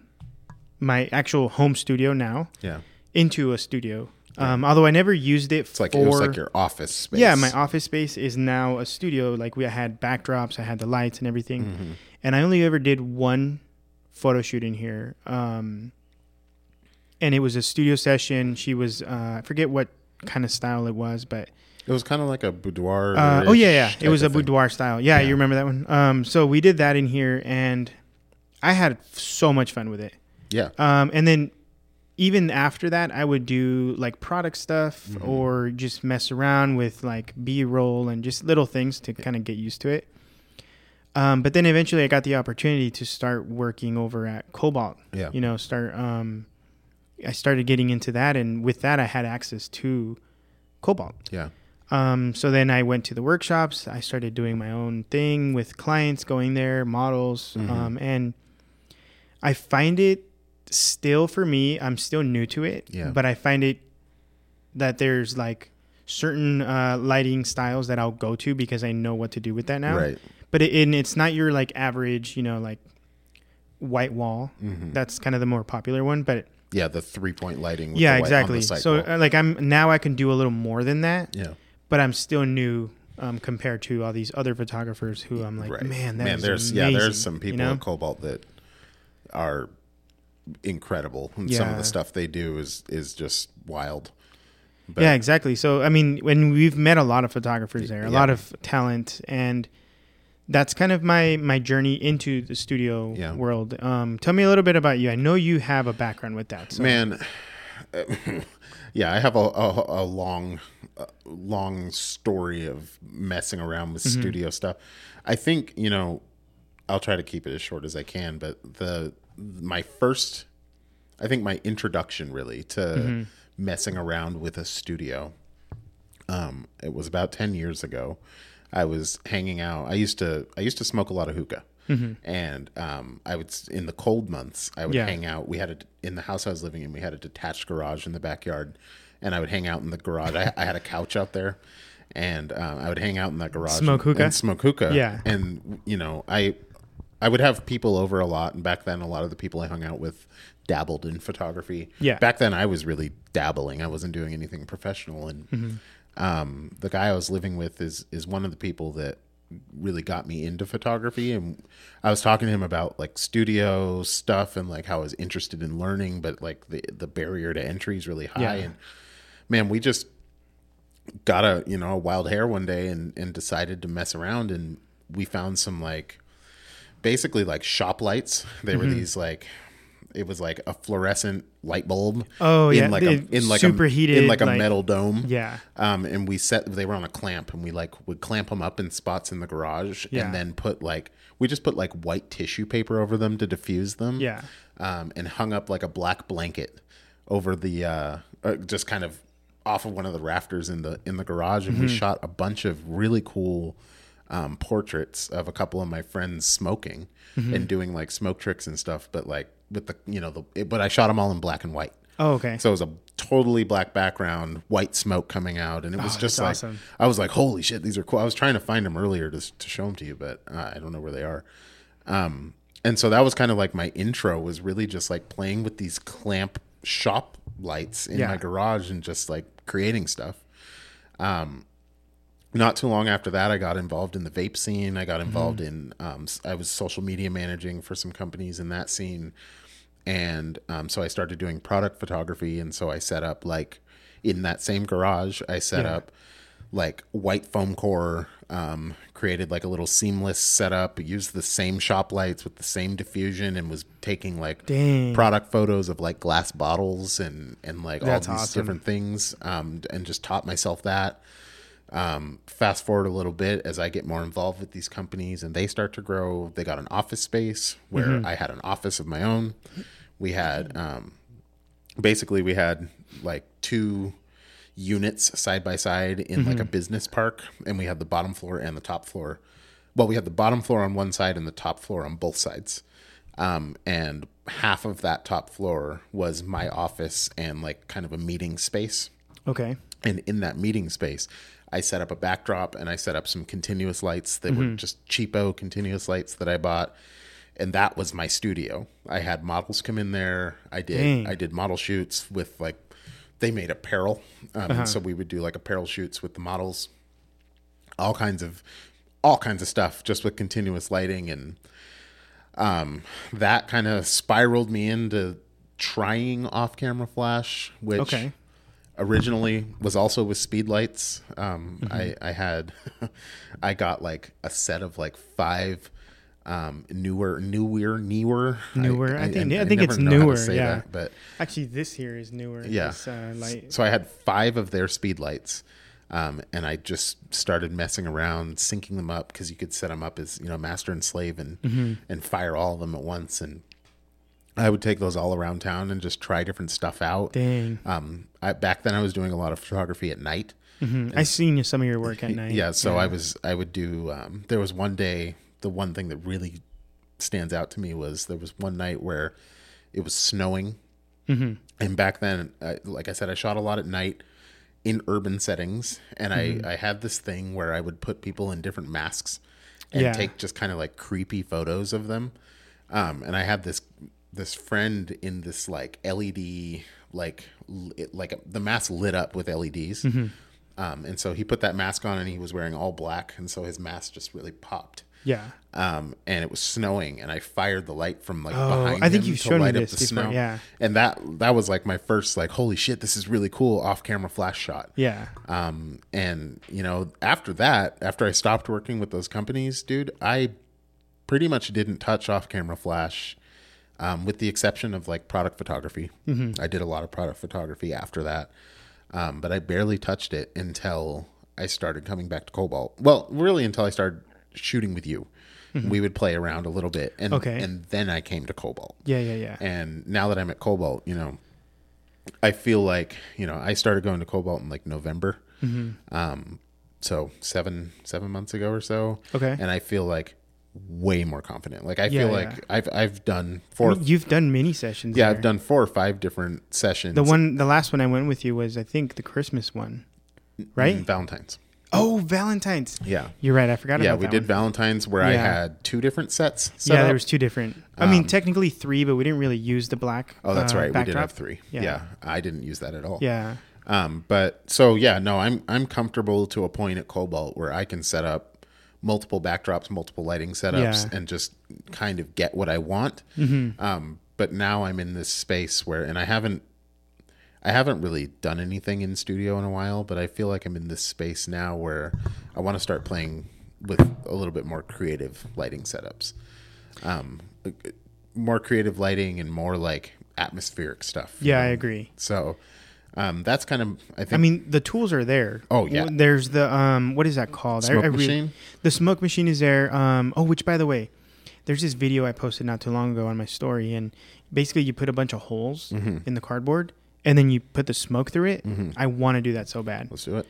Speaker 1: My actual home studio now
Speaker 2: Yeah.
Speaker 1: into a studio. Um, although I never used it
Speaker 2: It's like
Speaker 1: for
Speaker 2: it was like your office space.
Speaker 1: yeah, my office space is now a studio. Like we had backdrops, I had the lights and everything, and I only ever did one photo shoot in here. Um, and it was a studio session. She was uh, I forget what kind of style it was, but
Speaker 2: it was kind of like a boudoir.
Speaker 1: uh, oh yeah, yeah. It was a boudoir style. Yeah, you remember that one. Um, so we did that in here, and I had so much fun with it.
Speaker 2: Yeah.
Speaker 1: Um, and then even after that, I would do like product stuff or just mess around with like B roll and just little things to kind of get used to it. Um, but then eventually, I got the opportunity to start working over at Cobalt.
Speaker 2: Yeah.
Speaker 1: you know, start. Um, I started getting into that, and with that, I had access to Cobalt.
Speaker 2: Yeah.
Speaker 1: Um, so then I went to the workshops. I started doing my own thing with clients, going there, models,
Speaker 2: Mm-hmm.
Speaker 1: um, and I find it still for me. I'm still new to it,
Speaker 2: Yeah.
Speaker 1: but I find it that there's like certain uh, lighting styles that I'll go to because I know what to do with that now.
Speaker 2: Right.
Speaker 1: But it, and it's not your like average, you know, like white wall.
Speaker 2: Mm-hmm.
Speaker 1: That's kind of the more popular one, but
Speaker 2: Yeah. The three point lighting. With
Speaker 1: yeah,
Speaker 2: the white on
Speaker 1: exactly.
Speaker 2: the side
Speaker 1: So
Speaker 2: wall.
Speaker 1: uh, like I'm now I can do a little more than that
Speaker 2: yeah.
Speaker 1: but I'm still new um, compared to all these other photographers who I'm like,
Speaker 2: Right.
Speaker 1: man, that is
Speaker 2: there's
Speaker 1: amazing.
Speaker 2: yeah, there's some
Speaker 1: you
Speaker 2: people
Speaker 1: know?
Speaker 2: at Cobalt that are incredible, and some of
Speaker 1: Yeah.
Speaker 2: the stuff they do is is just wild. But,
Speaker 1: yeah, exactly. So I mean, when we've met a lot of photographers there, a
Speaker 2: yeah.
Speaker 1: lot of talent, and that's kind of my my journey into the studio
Speaker 2: Yeah.
Speaker 1: world. Um, tell me a little bit about you. I know you have a background with that. So
Speaker 2: man [LAUGHS] yeah i have a, a, a long a long story of messing around with
Speaker 1: Mm-hmm.
Speaker 2: studio stuff i think you know i'll try to keep it as short as i can but the my first i think my introduction really to
Speaker 1: Mm-hmm.
Speaker 2: messing around with a studio um it was about 10 years ago i was hanging out i used to i used to smoke a lot of hookah and um i would s- in the cold months i would
Speaker 1: Mm-hmm. Yeah.
Speaker 2: hang out we had a in the house i was living in we had a detached garage in the backyard and i would hang out in the garage i, I had a couch out there and um, i would hang out in that garage
Speaker 1: Smoke
Speaker 2: and-
Speaker 1: hookah?
Speaker 2: and smoke hookah
Speaker 1: Yeah.
Speaker 2: and you know i i would have people over a lot and back then a lot of the people i hung out with dabbled in photography
Speaker 1: Yeah.
Speaker 2: back then i was really dabbling i wasn't doing anything professional and um, the guy i was living with is is one of the people that really got me into photography and i was talking to him about like studio stuff and like how i was interested in learning but like the the barrier to entry is really high
Speaker 1: Yeah.
Speaker 2: and man we just got a you know a wild hair one day and and decided to mess around and we found some like basically like shop lights they
Speaker 1: Mm-hmm.
Speaker 2: were these like it was like a fluorescent light bulb
Speaker 1: Oh,
Speaker 2: in
Speaker 1: yeah.
Speaker 2: like a
Speaker 1: They-
Speaker 2: in like a,
Speaker 1: superheated,
Speaker 2: in like a
Speaker 1: like-
Speaker 2: metal dome
Speaker 1: Yeah.
Speaker 2: um and we set they were on a clamp and we like would clamp them up in spots in the garage
Speaker 1: Yeah.
Speaker 2: and then put like we just put like white tissue paper over them to diffuse them
Speaker 1: Yeah.
Speaker 2: um, and hung up like a black blanket over the uh, uh, just kind of off of one of the rafters in the in the garage, and we
Speaker 1: Mm-hmm.
Speaker 2: shot a bunch of really cool um, portraits of a couple of my friends smoking
Speaker 1: Mm-hmm.
Speaker 2: and doing like smoke tricks and stuff. But like with the you know the it, but I shot them all in black and white.
Speaker 1: Oh, okay.
Speaker 2: So it was a totally black background, white smoke coming out, and it was just
Speaker 1: Oh, that's
Speaker 2: like
Speaker 1: awesome.
Speaker 2: I was like, "Holy shit, these are cool!" I was trying to find them earlier to, s- to show them to you, but uh, I don't know where they are. Um, and so that was kind of like my intro was really just like playing with these clamp shop lights in
Speaker 1: Yeah.
Speaker 2: my garage and just like creating stuff. Um, not too long after that, I got involved in the vape scene. I got involved in um, s- I was social media managing for some companies in that scene and um, so I started doing product photography, and so I set up like in that same garage, I set up like white foam core, um, created like a little seamless setup, used the same shop lights with the same diffusion, and was taking like
Speaker 1: Dang.
Speaker 2: product photos of like glass bottles and and like
Speaker 1: That's
Speaker 2: all these
Speaker 1: awesome.
Speaker 2: different things, um, and just taught myself that um, fast forward a little bit as I get more involved with these companies and they start to grow, they got an office space where
Speaker 1: Mm-hmm.
Speaker 2: I had an office of my own. We had um, basically we had like two units side by side in like a business park and we had the bottom floor and the top floor. Well, we had the bottom floor on one side and the top floor on both sides. Um, and half of that top floor was my office and like kind of a meeting space.
Speaker 1: Okay.
Speaker 2: And in that meeting space, I set up a backdrop and I set up some continuous lights that
Speaker 1: Mm-hmm.
Speaker 2: were just cheapo continuous lights that I bought. And that was my studio. I had models come in there. I did
Speaker 1: Dang.
Speaker 2: I did model shoots with like they made apparel. Um,
Speaker 1: Uh-huh.
Speaker 2: and so we would do like apparel shoots with the models all kinds of all kinds of stuff just with continuous lighting and um that kind of spiraled me into trying off-camera flash which
Speaker 1: Okay.
Speaker 2: originally was also with speedlights um
Speaker 1: Mm-hmm.
Speaker 2: I I had [LAUGHS] I got like a set of like five um newer newer newer
Speaker 1: Newer? I think- I think
Speaker 2: never
Speaker 1: it's
Speaker 2: know how to
Speaker 1: newer,
Speaker 2: say
Speaker 1: yeah.
Speaker 2: but
Speaker 1: Actually, this here is newer.
Speaker 2: yeah.
Speaker 1: It's, uh, light.
Speaker 2: So I had five of their speed lights. Um, and I just started messing around, syncing them up because you could set them up as you know master and slave, and
Speaker 1: Mm-hmm.
Speaker 2: and fire all of them at once. And I would take those all around town and just try different stuff out.
Speaker 1: Dang.
Speaker 2: Um, I, back then I was doing a lot of photography at night.
Speaker 1: I seen some of your work at night.
Speaker 2: Yeah, so I was I would do. Um, there was one day, the one thing that really stands out to me was there was one night where it was snowing, and back then, I, like I said, I shot a lot at night in urban settings, and I I had this thing where I would put people in different masks and
Speaker 1: Yeah.
Speaker 2: take just kind of like creepy photos of them. Um, and I had this this friend in this like LED like l- it- like the mask lit up with LEDs. Um, and so he put that mask on and he was wearing all black and so his mask just really popped.
Speaker 1: Yeah.
Speaker 2: Um, and it was snowing and I fired the light from like
Speaker 1: Oh,
Speaker 2: behind
Speaker 1: I think
Speaker 2: him
Speaker 1: you've
Speaker 2: to
Speaker 1: shown me
Speaker 2: light up
Speaker 1: this
Speaker 2: the
Speaker 1: before,
Speaker 2: snow.
Speaker 1: yeah.
Speaker 2: And that that was like my first like holy shit this is really cool off camera flash shot.
Speaker 1: Yeah.
Speaker 2: Um, and you know, after that, after I stopped working with those companies, dude, I pretty much didn't touch off-camera flash, um, with the exception of like product photography. I did a lot of product photography after that, um, but I barely touched it until I started coming back to Cobalt. Well, really, until I started shooting with you, we would play around a little bit, and
Speaker 1: Okay.
Speaker 2: and then I came to Cobalt.
Speaker 1: Yeah. Yeah. Yeah.
Speaker 2: And now that I'm at Cobalt, you know, I feel like you know I started going to Cobalt in like November,
Speaker 1: Mm-hmm.
Speaker 2: um, so seven seven months ago or so.
Speaker 1: Okay.
Speaker 2: and I feel like way more confident. Like I
Speaker 1: Yeah,
Speaker 2: feel
Speaker 1: yeah.
Speaker 2: like I've I've done four.
Speaker 1: You've done many sessions.
Speaker 2: yeah,
Speaker 1: there.
Speaker 2: I've done four or five different sessions.
Speaker 1: The one, the last one I went with you was, I think, the Christmas one, right?
Speaker 2: in Valentine's.
Speaker 1: Oh, Valentine's.
Speaker 2: Yeah.
Speaker 1: You're right. I forgot
Speaker 2: Mm-hmm. Yeah,
Speaker 1: about
Speaker 2: we
Speaker 1: that.
Speaker 2: did
Speaker 1: one.
Speaker 2: Valentine's where I
Speaker 1: Yeah.
Speaker 2: had two different sets. Set
Speaker 1: yeah,
Speaker 2: up.
Speaker 1: there was two different. I mean, technically three, but we didn't really use the black.
Speaker 2: Um, Oh, that's
Speaker 1: uh,
Speaker 2: right. We did
Speaker 1: backdrop.
Speaker 2: have three.
Speaker 1: Yeah.
Speaker 2: yeah, I didn't use that at all.
Speaker 1: Yeah.
Speaker 2: Um, but so yeah, no, I'm I'm comfortable to a point at Cobalt where I can set up multiple backdrops, multiple lighting setups,
Speaker 1: Yeah.
Speaker 2: and just kind of get what I want. Um, but now I'm in this space where, and I haven't, I haven't really done anything in studio in a while, but I feel like I'm in this space now where I want to start playing with a little bit more creative lighting setups. Um, more creative lighting and more like atmospheric stuff.
Speaker 1: Yeah, I agree.
Speaker 2: So um, that's kind of I think
Speaker 1: I mean, the tools are there.
Speaker 2: Oh, yeah.
Speaker 1: There's the um, what is that called? I-
Speaker 2: Smoke
Speaker 1: I really-
Speaker 2: machine?
Speaker 1: The smoke machine is there. Um, oh, which by the way, there's this video I posted not too long ago on my story, and basically you put a bunch of holes
Speaker 2: Mm-hmm.
Speaker 1: in the cardboard, and then you put the smoke through it. I want to do that so bad.
Speaker 2: let's do it.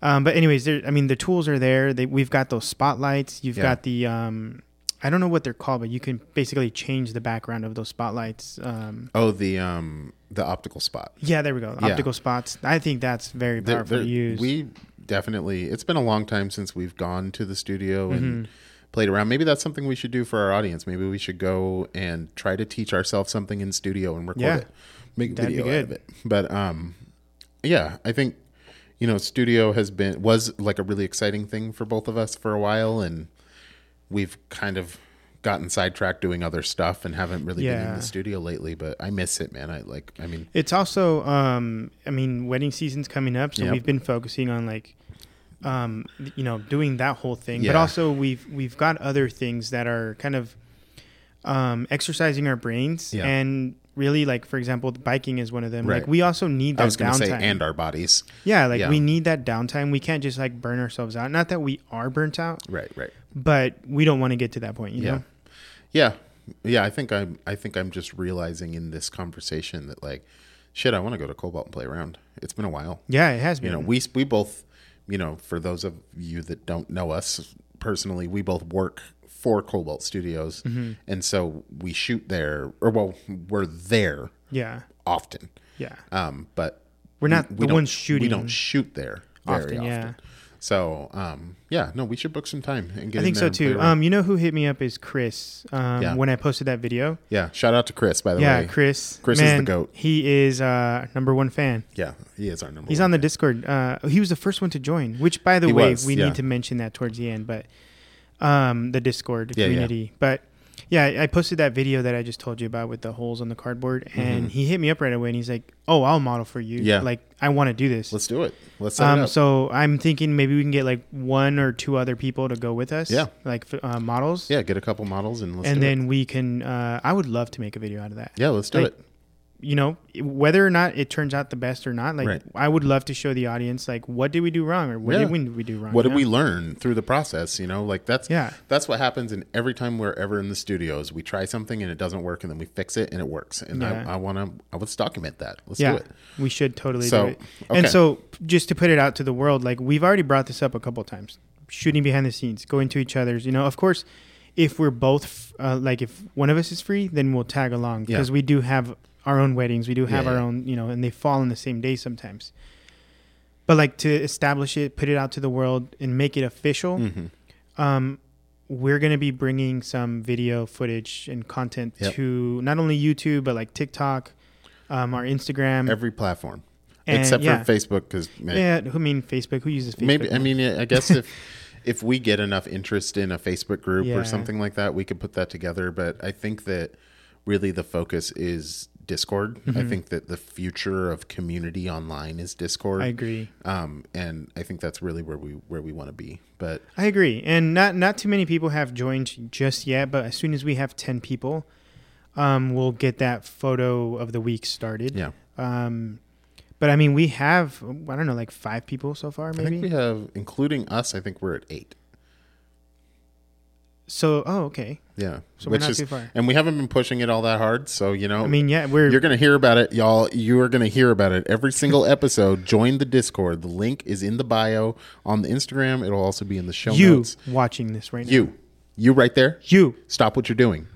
Speaker 1: Um, but anyways, there. I mean, the tools are there. They, we've got those spotlights. You've
Speaker 2: Yeah.
Speaker 1: got the. Um, I don't know what they're called, but you can basically change the background of those spotlights. Um,
Speaker 2: Oh, the um the optical spot.
Speaker 1: yeah, there we go.
Speaker 2: Yeah.
Speaker 1: Optical spots. I think that's very
Speaker 2: There-
Speaker 1: powerful
Speaker 2: there-
Speaker 1: to use.
Speaker 2: We definitely. It's been a long time since we've gone to the studio
Speaker 1: Mm-hmm.
Speaker 2: and played around. Maybe that's something we should do for our audience. Maybe we should go and try to teach ourselves something in studio and record
Speaker 1: Yeah.
Speaker 2: it, make
Speaker 1: That'd be
Speaker 2: video out of
Speaker 1: good.
Speaker 2: it. But um, yeah, I think you know, studio has been was like a really exciting thing for both of us for a while, and we've kind of gotten sidetracked doing other stuff and haven't really been in
Speaker 1: Yeah.
Speaker 2: the studio lately. But I miss it, man. I like. I mean,
Speaker 1: It's also, um, I mean, wedding season's coming up, so
Speaker 2: Yep.
Speaker 1: we've been focusing on like, um, you know, doing that whole thing. But
Speaker 2: Yeah.
Speaker 1: also, we've we've got other things that are kind of um, exercising our brains
Speaker 2: Yeah.
Speaker 1: and really like, for example, biking is one of them. Like,
Speaker 2: Right.
Speaker 1: we also need that
Speaker 2: I was going to say,
Speaker 1: downtime.
Speaker 2: and our bodies.
Speaker 1: yeah, like
Speaker 2: yeah.
Speaker 1: we need that downtime. We can't just like burn ourselves out. Not that we are burnt out,
Speaker 2: Right. Right.
Speaker 1: but we don't want to get to that point. You
Speaker 2: Yeah.
Speaker 1: know?
Speaker 2: Yeah. Yeah, I think I'm I think I'm just realizing in this conversation that like shit, I want to go to Cobalt and play around. It's been a while.
Speaker 1: Yeah, it has
Speaker 2: You
Speaker 1: been.
Speaker 2: know, we we both, you know, for those of you that don't know us personally, we both work for Cobalt Studios.
Speaker 1: Mm-hmm.
Speaker 2: And so we shoot there or well, we're there
Speaker 1: yeah,
Speaker 2: often.
Speaker 1: yeah.
Speaker 2: Um, but
Speaker 1: We're not
Speaker 2: we
Speaker 1: the
Speaker 2: don't-
Speaker 1: ones shooting.
Speaker 2: We don't shoot there very often.
Speaker 1: Often, yeah.
Speaker 2: So, um, yeah, no, we should book some time and get
Speaker 1: I think
Speaker 2: in
Speaker 1: so
Speaker 2: there and play
Speaker 1: too.
Speaker 2: around.
Speaker 1: Um, you know who hit me up is Chris. Um,
Speaker 2: Yeah.
Speaker 1: when I posted that video.
Speaker 2: yeah, shout out to Chris by the
Speaker 1: Yeah,
Speaker 2: way.
Speaker 1: Chris.
Speaker 2: Chris is the
Speaker 1: Man,
Speaker 2: goat.
Speaker 1: He is uh, number one fan.
Speaker 2: Yeah, he is our number.
Speaker 1: He's
Speaker 2: one.
Speaker 1: on the Discord. Uh, he was the first one to join, which, by the
Speaker 2: He
Speaker 1: way,
Speaker 2: was,
Speaker 1: we
Speaker 2: yeah.
Speaker 1: need to mention that towards the end. But um, the Discord
Speaker 2: Yeah, yeah.
Speaker 1: community. But yeah, I- I posted that video that I just told you about with the holes on the cardboard, and he hit me up right away, and he's like, "Oh, I'll model for you.
Speaker 2: Mm-hmm. Yeah.
Speaker 1: like I want to do this."
Speaker 2: Let's do it. Let's set it
Speaker 1: um,
Speaker 2: up.
Speaker 1: so I'm thinking maybe we can get like one or two other people to go with us.
Speaker 2: Yeah.
Speaker 1: like f- uh, models.
Speaker 2: yeah, get a couple models and let's
Speaker 1: and
Speaker 2: do
Speaker 1: then
Speaker 2: it.
Speaker 1: we can uh, i would love to make a video out of that
Speaker 2: Yeah, let's do
Speaker 1: like,
Speaker 2: it.
Speaker 1: you know whether or not it turns out the best or not like
Speaker 2: Right.
Speaker 1: i would love to show the audience like what did we do wrong or what
Speaker 2: Yeah.
Speaker 1: did we, we do wrong
Speaker 2: What
Speaker 1: you
Speaker 2: did
Speaker 1: know?
Speaker 2: we learn through the process? You know, like that's
Speaker 1: Yeah.
Speaker 2: that's what happens. And every time we're ever in the studios, we try something and it doesn't work, and then we fix it and it works. And
Speaker 1: Yeah.
Speaker 2: I, I want to, I let's document that. Let's
Speaker 1: yeah
Speaker 2: do it.
Speaker 1: we should totally
Speaker 2: So,
Speaker 1: do it and
Speaker 2: okay.
Speaker 1: so just to put it out to the world like we've already brought this up a couple times shooting behind the scenes going to each other's you know of course if we're both uh, like if one of us is free then we'll tag along
Speaker 2: Yeah.
Speaker 1: because we do have our own weddings we do have
Speaker 2: Yeah,
Speaker 1: our
Speaker 2: yeah.
Speaker 1: own you know and they fall on the same day sometimes but like to establish it put it out to the world and make it official
Speaker 2: Mm-hmm.
Speaker 1: um, we're going to be bringing some video footage and content
Speaker 2: Yep.
Speaker 1: to not only youtube but like tiktok um, our instagram
Speaker 2: Every platform,
Speaker 1: And,
Speaker 2: except
Speaker 1: yeah.
Speaker 2: for Facebook, because
Speaker 1: yeah who I mean facebook who uses facebook
Speaker 2: maybe I mean, yeah, I guess if
Speaker 1: [LAUGHS]
Speaker 2: if we get enough interest in a Facebook group
Speaker 1: Yeah.
Speaker 2: or something like that, we could put that together. But I think that really the focus is Discord.
Speaker 1: Mm-hmm.
Speaker 2: I think that the future of community online is Discord.
Speaker 1: i agree
Speaker 2: Um, and I think that's really where we where we want to be. But
Speaker 1: I agree, and not not too many people have joined just yet. But as soon as we have ten people, um, we'll get that photo of the week started.
Speaker 2: yeah,
Speaker 1: Um, but I mean, we have I don't know, like five people so far,
Speaker 2: I think we
Speaker 1: maybe.
Speaker 2: have, including us, I think we're at eight.
Speaker 1: So oh, okay.
Speaker 2: Yeah,
Speaker 1: So we're not too far.
Speaker 2: and we haven't been pushing it all that hard. So you know,
Speaker 1: I mean, yeah, we're
Speaker 2: You're going to hear about it, y'all. You are going to hear about it every single [LAUGHS] episode. Join the Discord. The link is in the bio on the Instagram. It'll also be in the show
Speaker 1: you
Speaker 2: notes.
Speaker 1: watching this right now.
Speaker 2: Oh, You, you right there.
Speaker 1: you
Speaker 2: Stop what
Speaker 1: [LAUGHS]
Speaker 2: you're doing.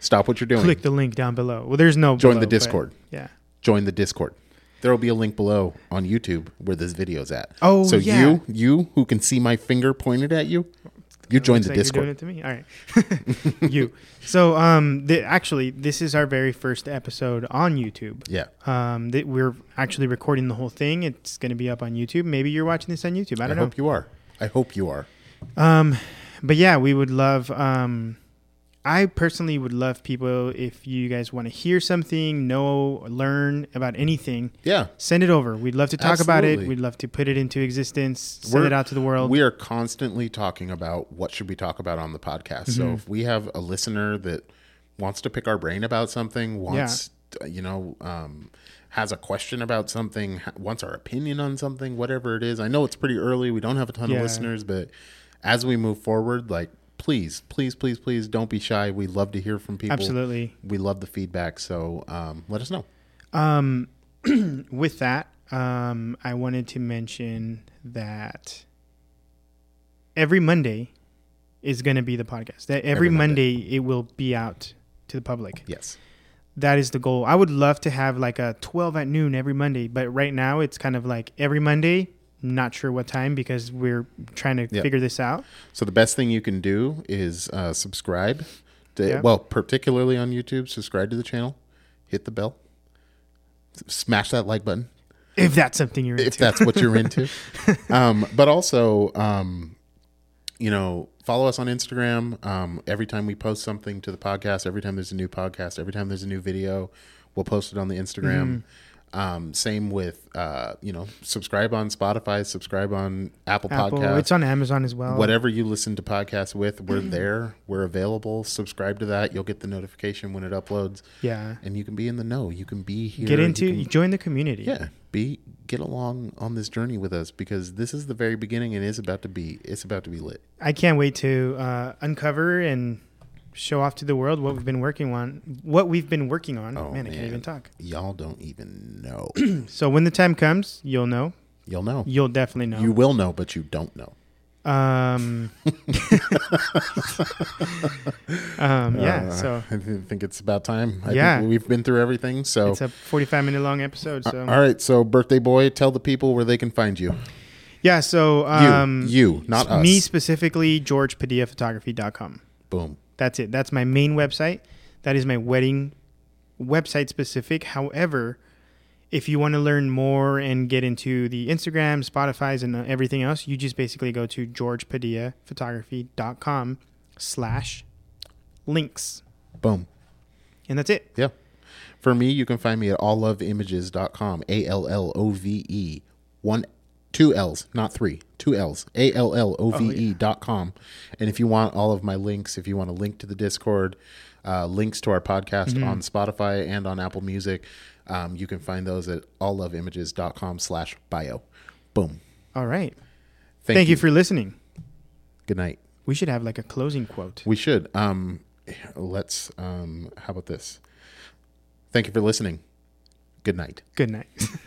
Speaker 2: Stop what you're doing.
Speaker 1: click the link down below. Well, there's no
Speaker 2: Join the
Speaker 1: below, but-
Speaker 2: Discord.
Speaker 1: Yeah.
Speaker 2: Join the Discord. There will be a link below on YouTube where this video's at.
Speaker 1: Oh,
Speaker 2: so
Speaker 1: yeah.
Speaker 2: you, you who can see my finger pointed at you, you join
Speaker 1: Looks
Speaker 2: the
Speaker 1: like You're doing it
Speaker 2: Discord.
Speaker 1: to me. All right. [LAUGHS] you. So um, the, actually, this is our very first episode on YouTube.
Speaker 2: Yeah,
Speaker 1: um, that we're actually recording the whole thing. It's going to be up on YouTube. Maybe you're watching this on YouTube. I
Speaker 2: I,
Speaker 1: don't know.
Speaker 2: hope you are. I hope you are.
Speaker 1: Um, but yeah, we would love. Um, I personally would love people if you guys want to hear something, know, or learn about anything,
Speaker 2: Yeah.
Speaker 1: send it over. We'd love to talk about it.
Speaker 2: Absolutely.
Speaker 1: We'd love to put it into existence, send
Speaker 2: We're-
Speaker 1: it out to the world.
Speaker 2: We are constantly talking about what should we talk about on the podcast.
Speaker 1: Mm-hmm.
Speaker 2: So if we have a listener that wants to pick our brain about something, wants uh, you know, um, has a question about something, ha- wants our opinion on something, whatever it is. I know it's pretty early. We don't have a ton
Speaker 1: Yeah.
Speaker 2: of listeners, but as we move forward, like please, please, please, please, don't be shy. We love to hear from people.
Speaker 1: Absolutely.
Speaker 2: We love the feedback. So um, let us know.
Speaker 1: With that, um, I wanted to mention that every Monday is going to be the podcast. That every,
Speaker 2: Every Monday.
Speaker 1: Monday. it will be out to the public.
Speaker 2: Yes.
Speaker 1: That is the goal. I would love to have like a 12 at noon every Monday, but right now it's kind of like every Monday, not sure what time because we're trying to
Speaker 2: Yeah.
Speaker 1: figure this out.
Speaker 2: So the best thing you can do is uh, subscribe. To,
Speaker 1: Yeah.
Speaker 2: Well, particularly on YouTube, subscribe to the channel, hit the bell, s- smash that like button
Speaker 1: If that's something you're
Speaker 2: if
Speaker 1: into.
Speaker 2: that's what
Speaker 1: [LAUGHS]
Speaker 2: you're into. um, but also, um, you know, follow us on Instagram. Um, every time we post something to the podcast, every time there's a new podcast, every time there's a new video, we'll post it on the
Speaker 1: Mm-hmm.
Speaker 2: Instagram. Um, same with, uh, you know, subscribe on Spotify, subscribe on Apple,
Speaker 1: Apple.
Speaker 2: Podcasts
Speaker 1: It's on Amazon as well.
Speaker 2: whatever you listen to podcasts with,
Speaker 1: [CLEARS THROAT]
Speaker 2: we're there. We're available. Subscribe to that. You'll get the notification when it uploads,
Speaker 1: Yeah.
Speaker 2: and you can be in the know. You can be here.
Speaker 1: Get
Speaker 2: You
Speaker 1: into,
Speaker 2: can-
Speaker 1: join the community.
Speaker 2: yeah. Be get along on this journey with us because this is the very beginning and is about to be. It's about to be lit.
Speaker 1: I can't wait to uh, uncover and show off to the world what we've been working on. What we've been working on.
Speaker 2: Oh,
Speaker 1: man, I can't
Speaker 2: man.
Speaker 1: even talk.
Speaker 2: Y'all don't even
Speaker 1: [CLEARS THROAT]
Speaker 2: know.
Speaker 1: So when the time comes, you'll know.
Speaker 2: You'll know.
Speaker 1: You'll definitely know.
Speaker 2: You will know, but you don't know. [LAUGHS]
Speaker 1: um, um, yeah.
Speaker 2: Uh,
Speaker 1: So
Speaker 2: [LAUGHS] I th- think it's about time. I
Speaker 1: Yeah.
Speaker 2: think we've been through everything. So, Uh,
Speaker 1: it's a 45 minute long episode. So
Speaker 2: all right. So, birthday boy, tell the people where they can find you.
Speaker 1: yeah. So
Speaker 2: You,
Speaker 1: um,
Speaker 2: you, not us.
Speaker 1: me specifically, georgepadillaphotography.com.
Speaker 2: Boom.
Speaker 1: That's it. That's my main website. That is my wedding website specific. However, if you want to learn more and get into the Instagram, Spotify's, and uh, everything else, you just basically go to georgepadillaphotography.com slash links.
Speaker 2: Boom.
Speaker 1: And that's it.
Speaker 2: Yeah. For me, you can find me at alloveimages.com. A L L O V E. One, two L's, not three. Two L's. A L L O
Speaker 1: Oh,
Speaker 2: V E dot com. And if you want all of my links, if you want a link to the Discord, uh, links to our podcast
Speaker 1: Mm-hmm.
Speaker 2: on Spotify and on Apple Music, um, you can find those at alloveimages.com slash bio. Boom.
Speaker 1: All right. Thank, you. for listening.
Speaker 2: Good night.
Speaker 1: We should have like a closing quote.
Speaker 2: We should. Um, let's. Um, how about this? Thank you for listening. Good night.
Speaker 1: Good night. [LAUGHS]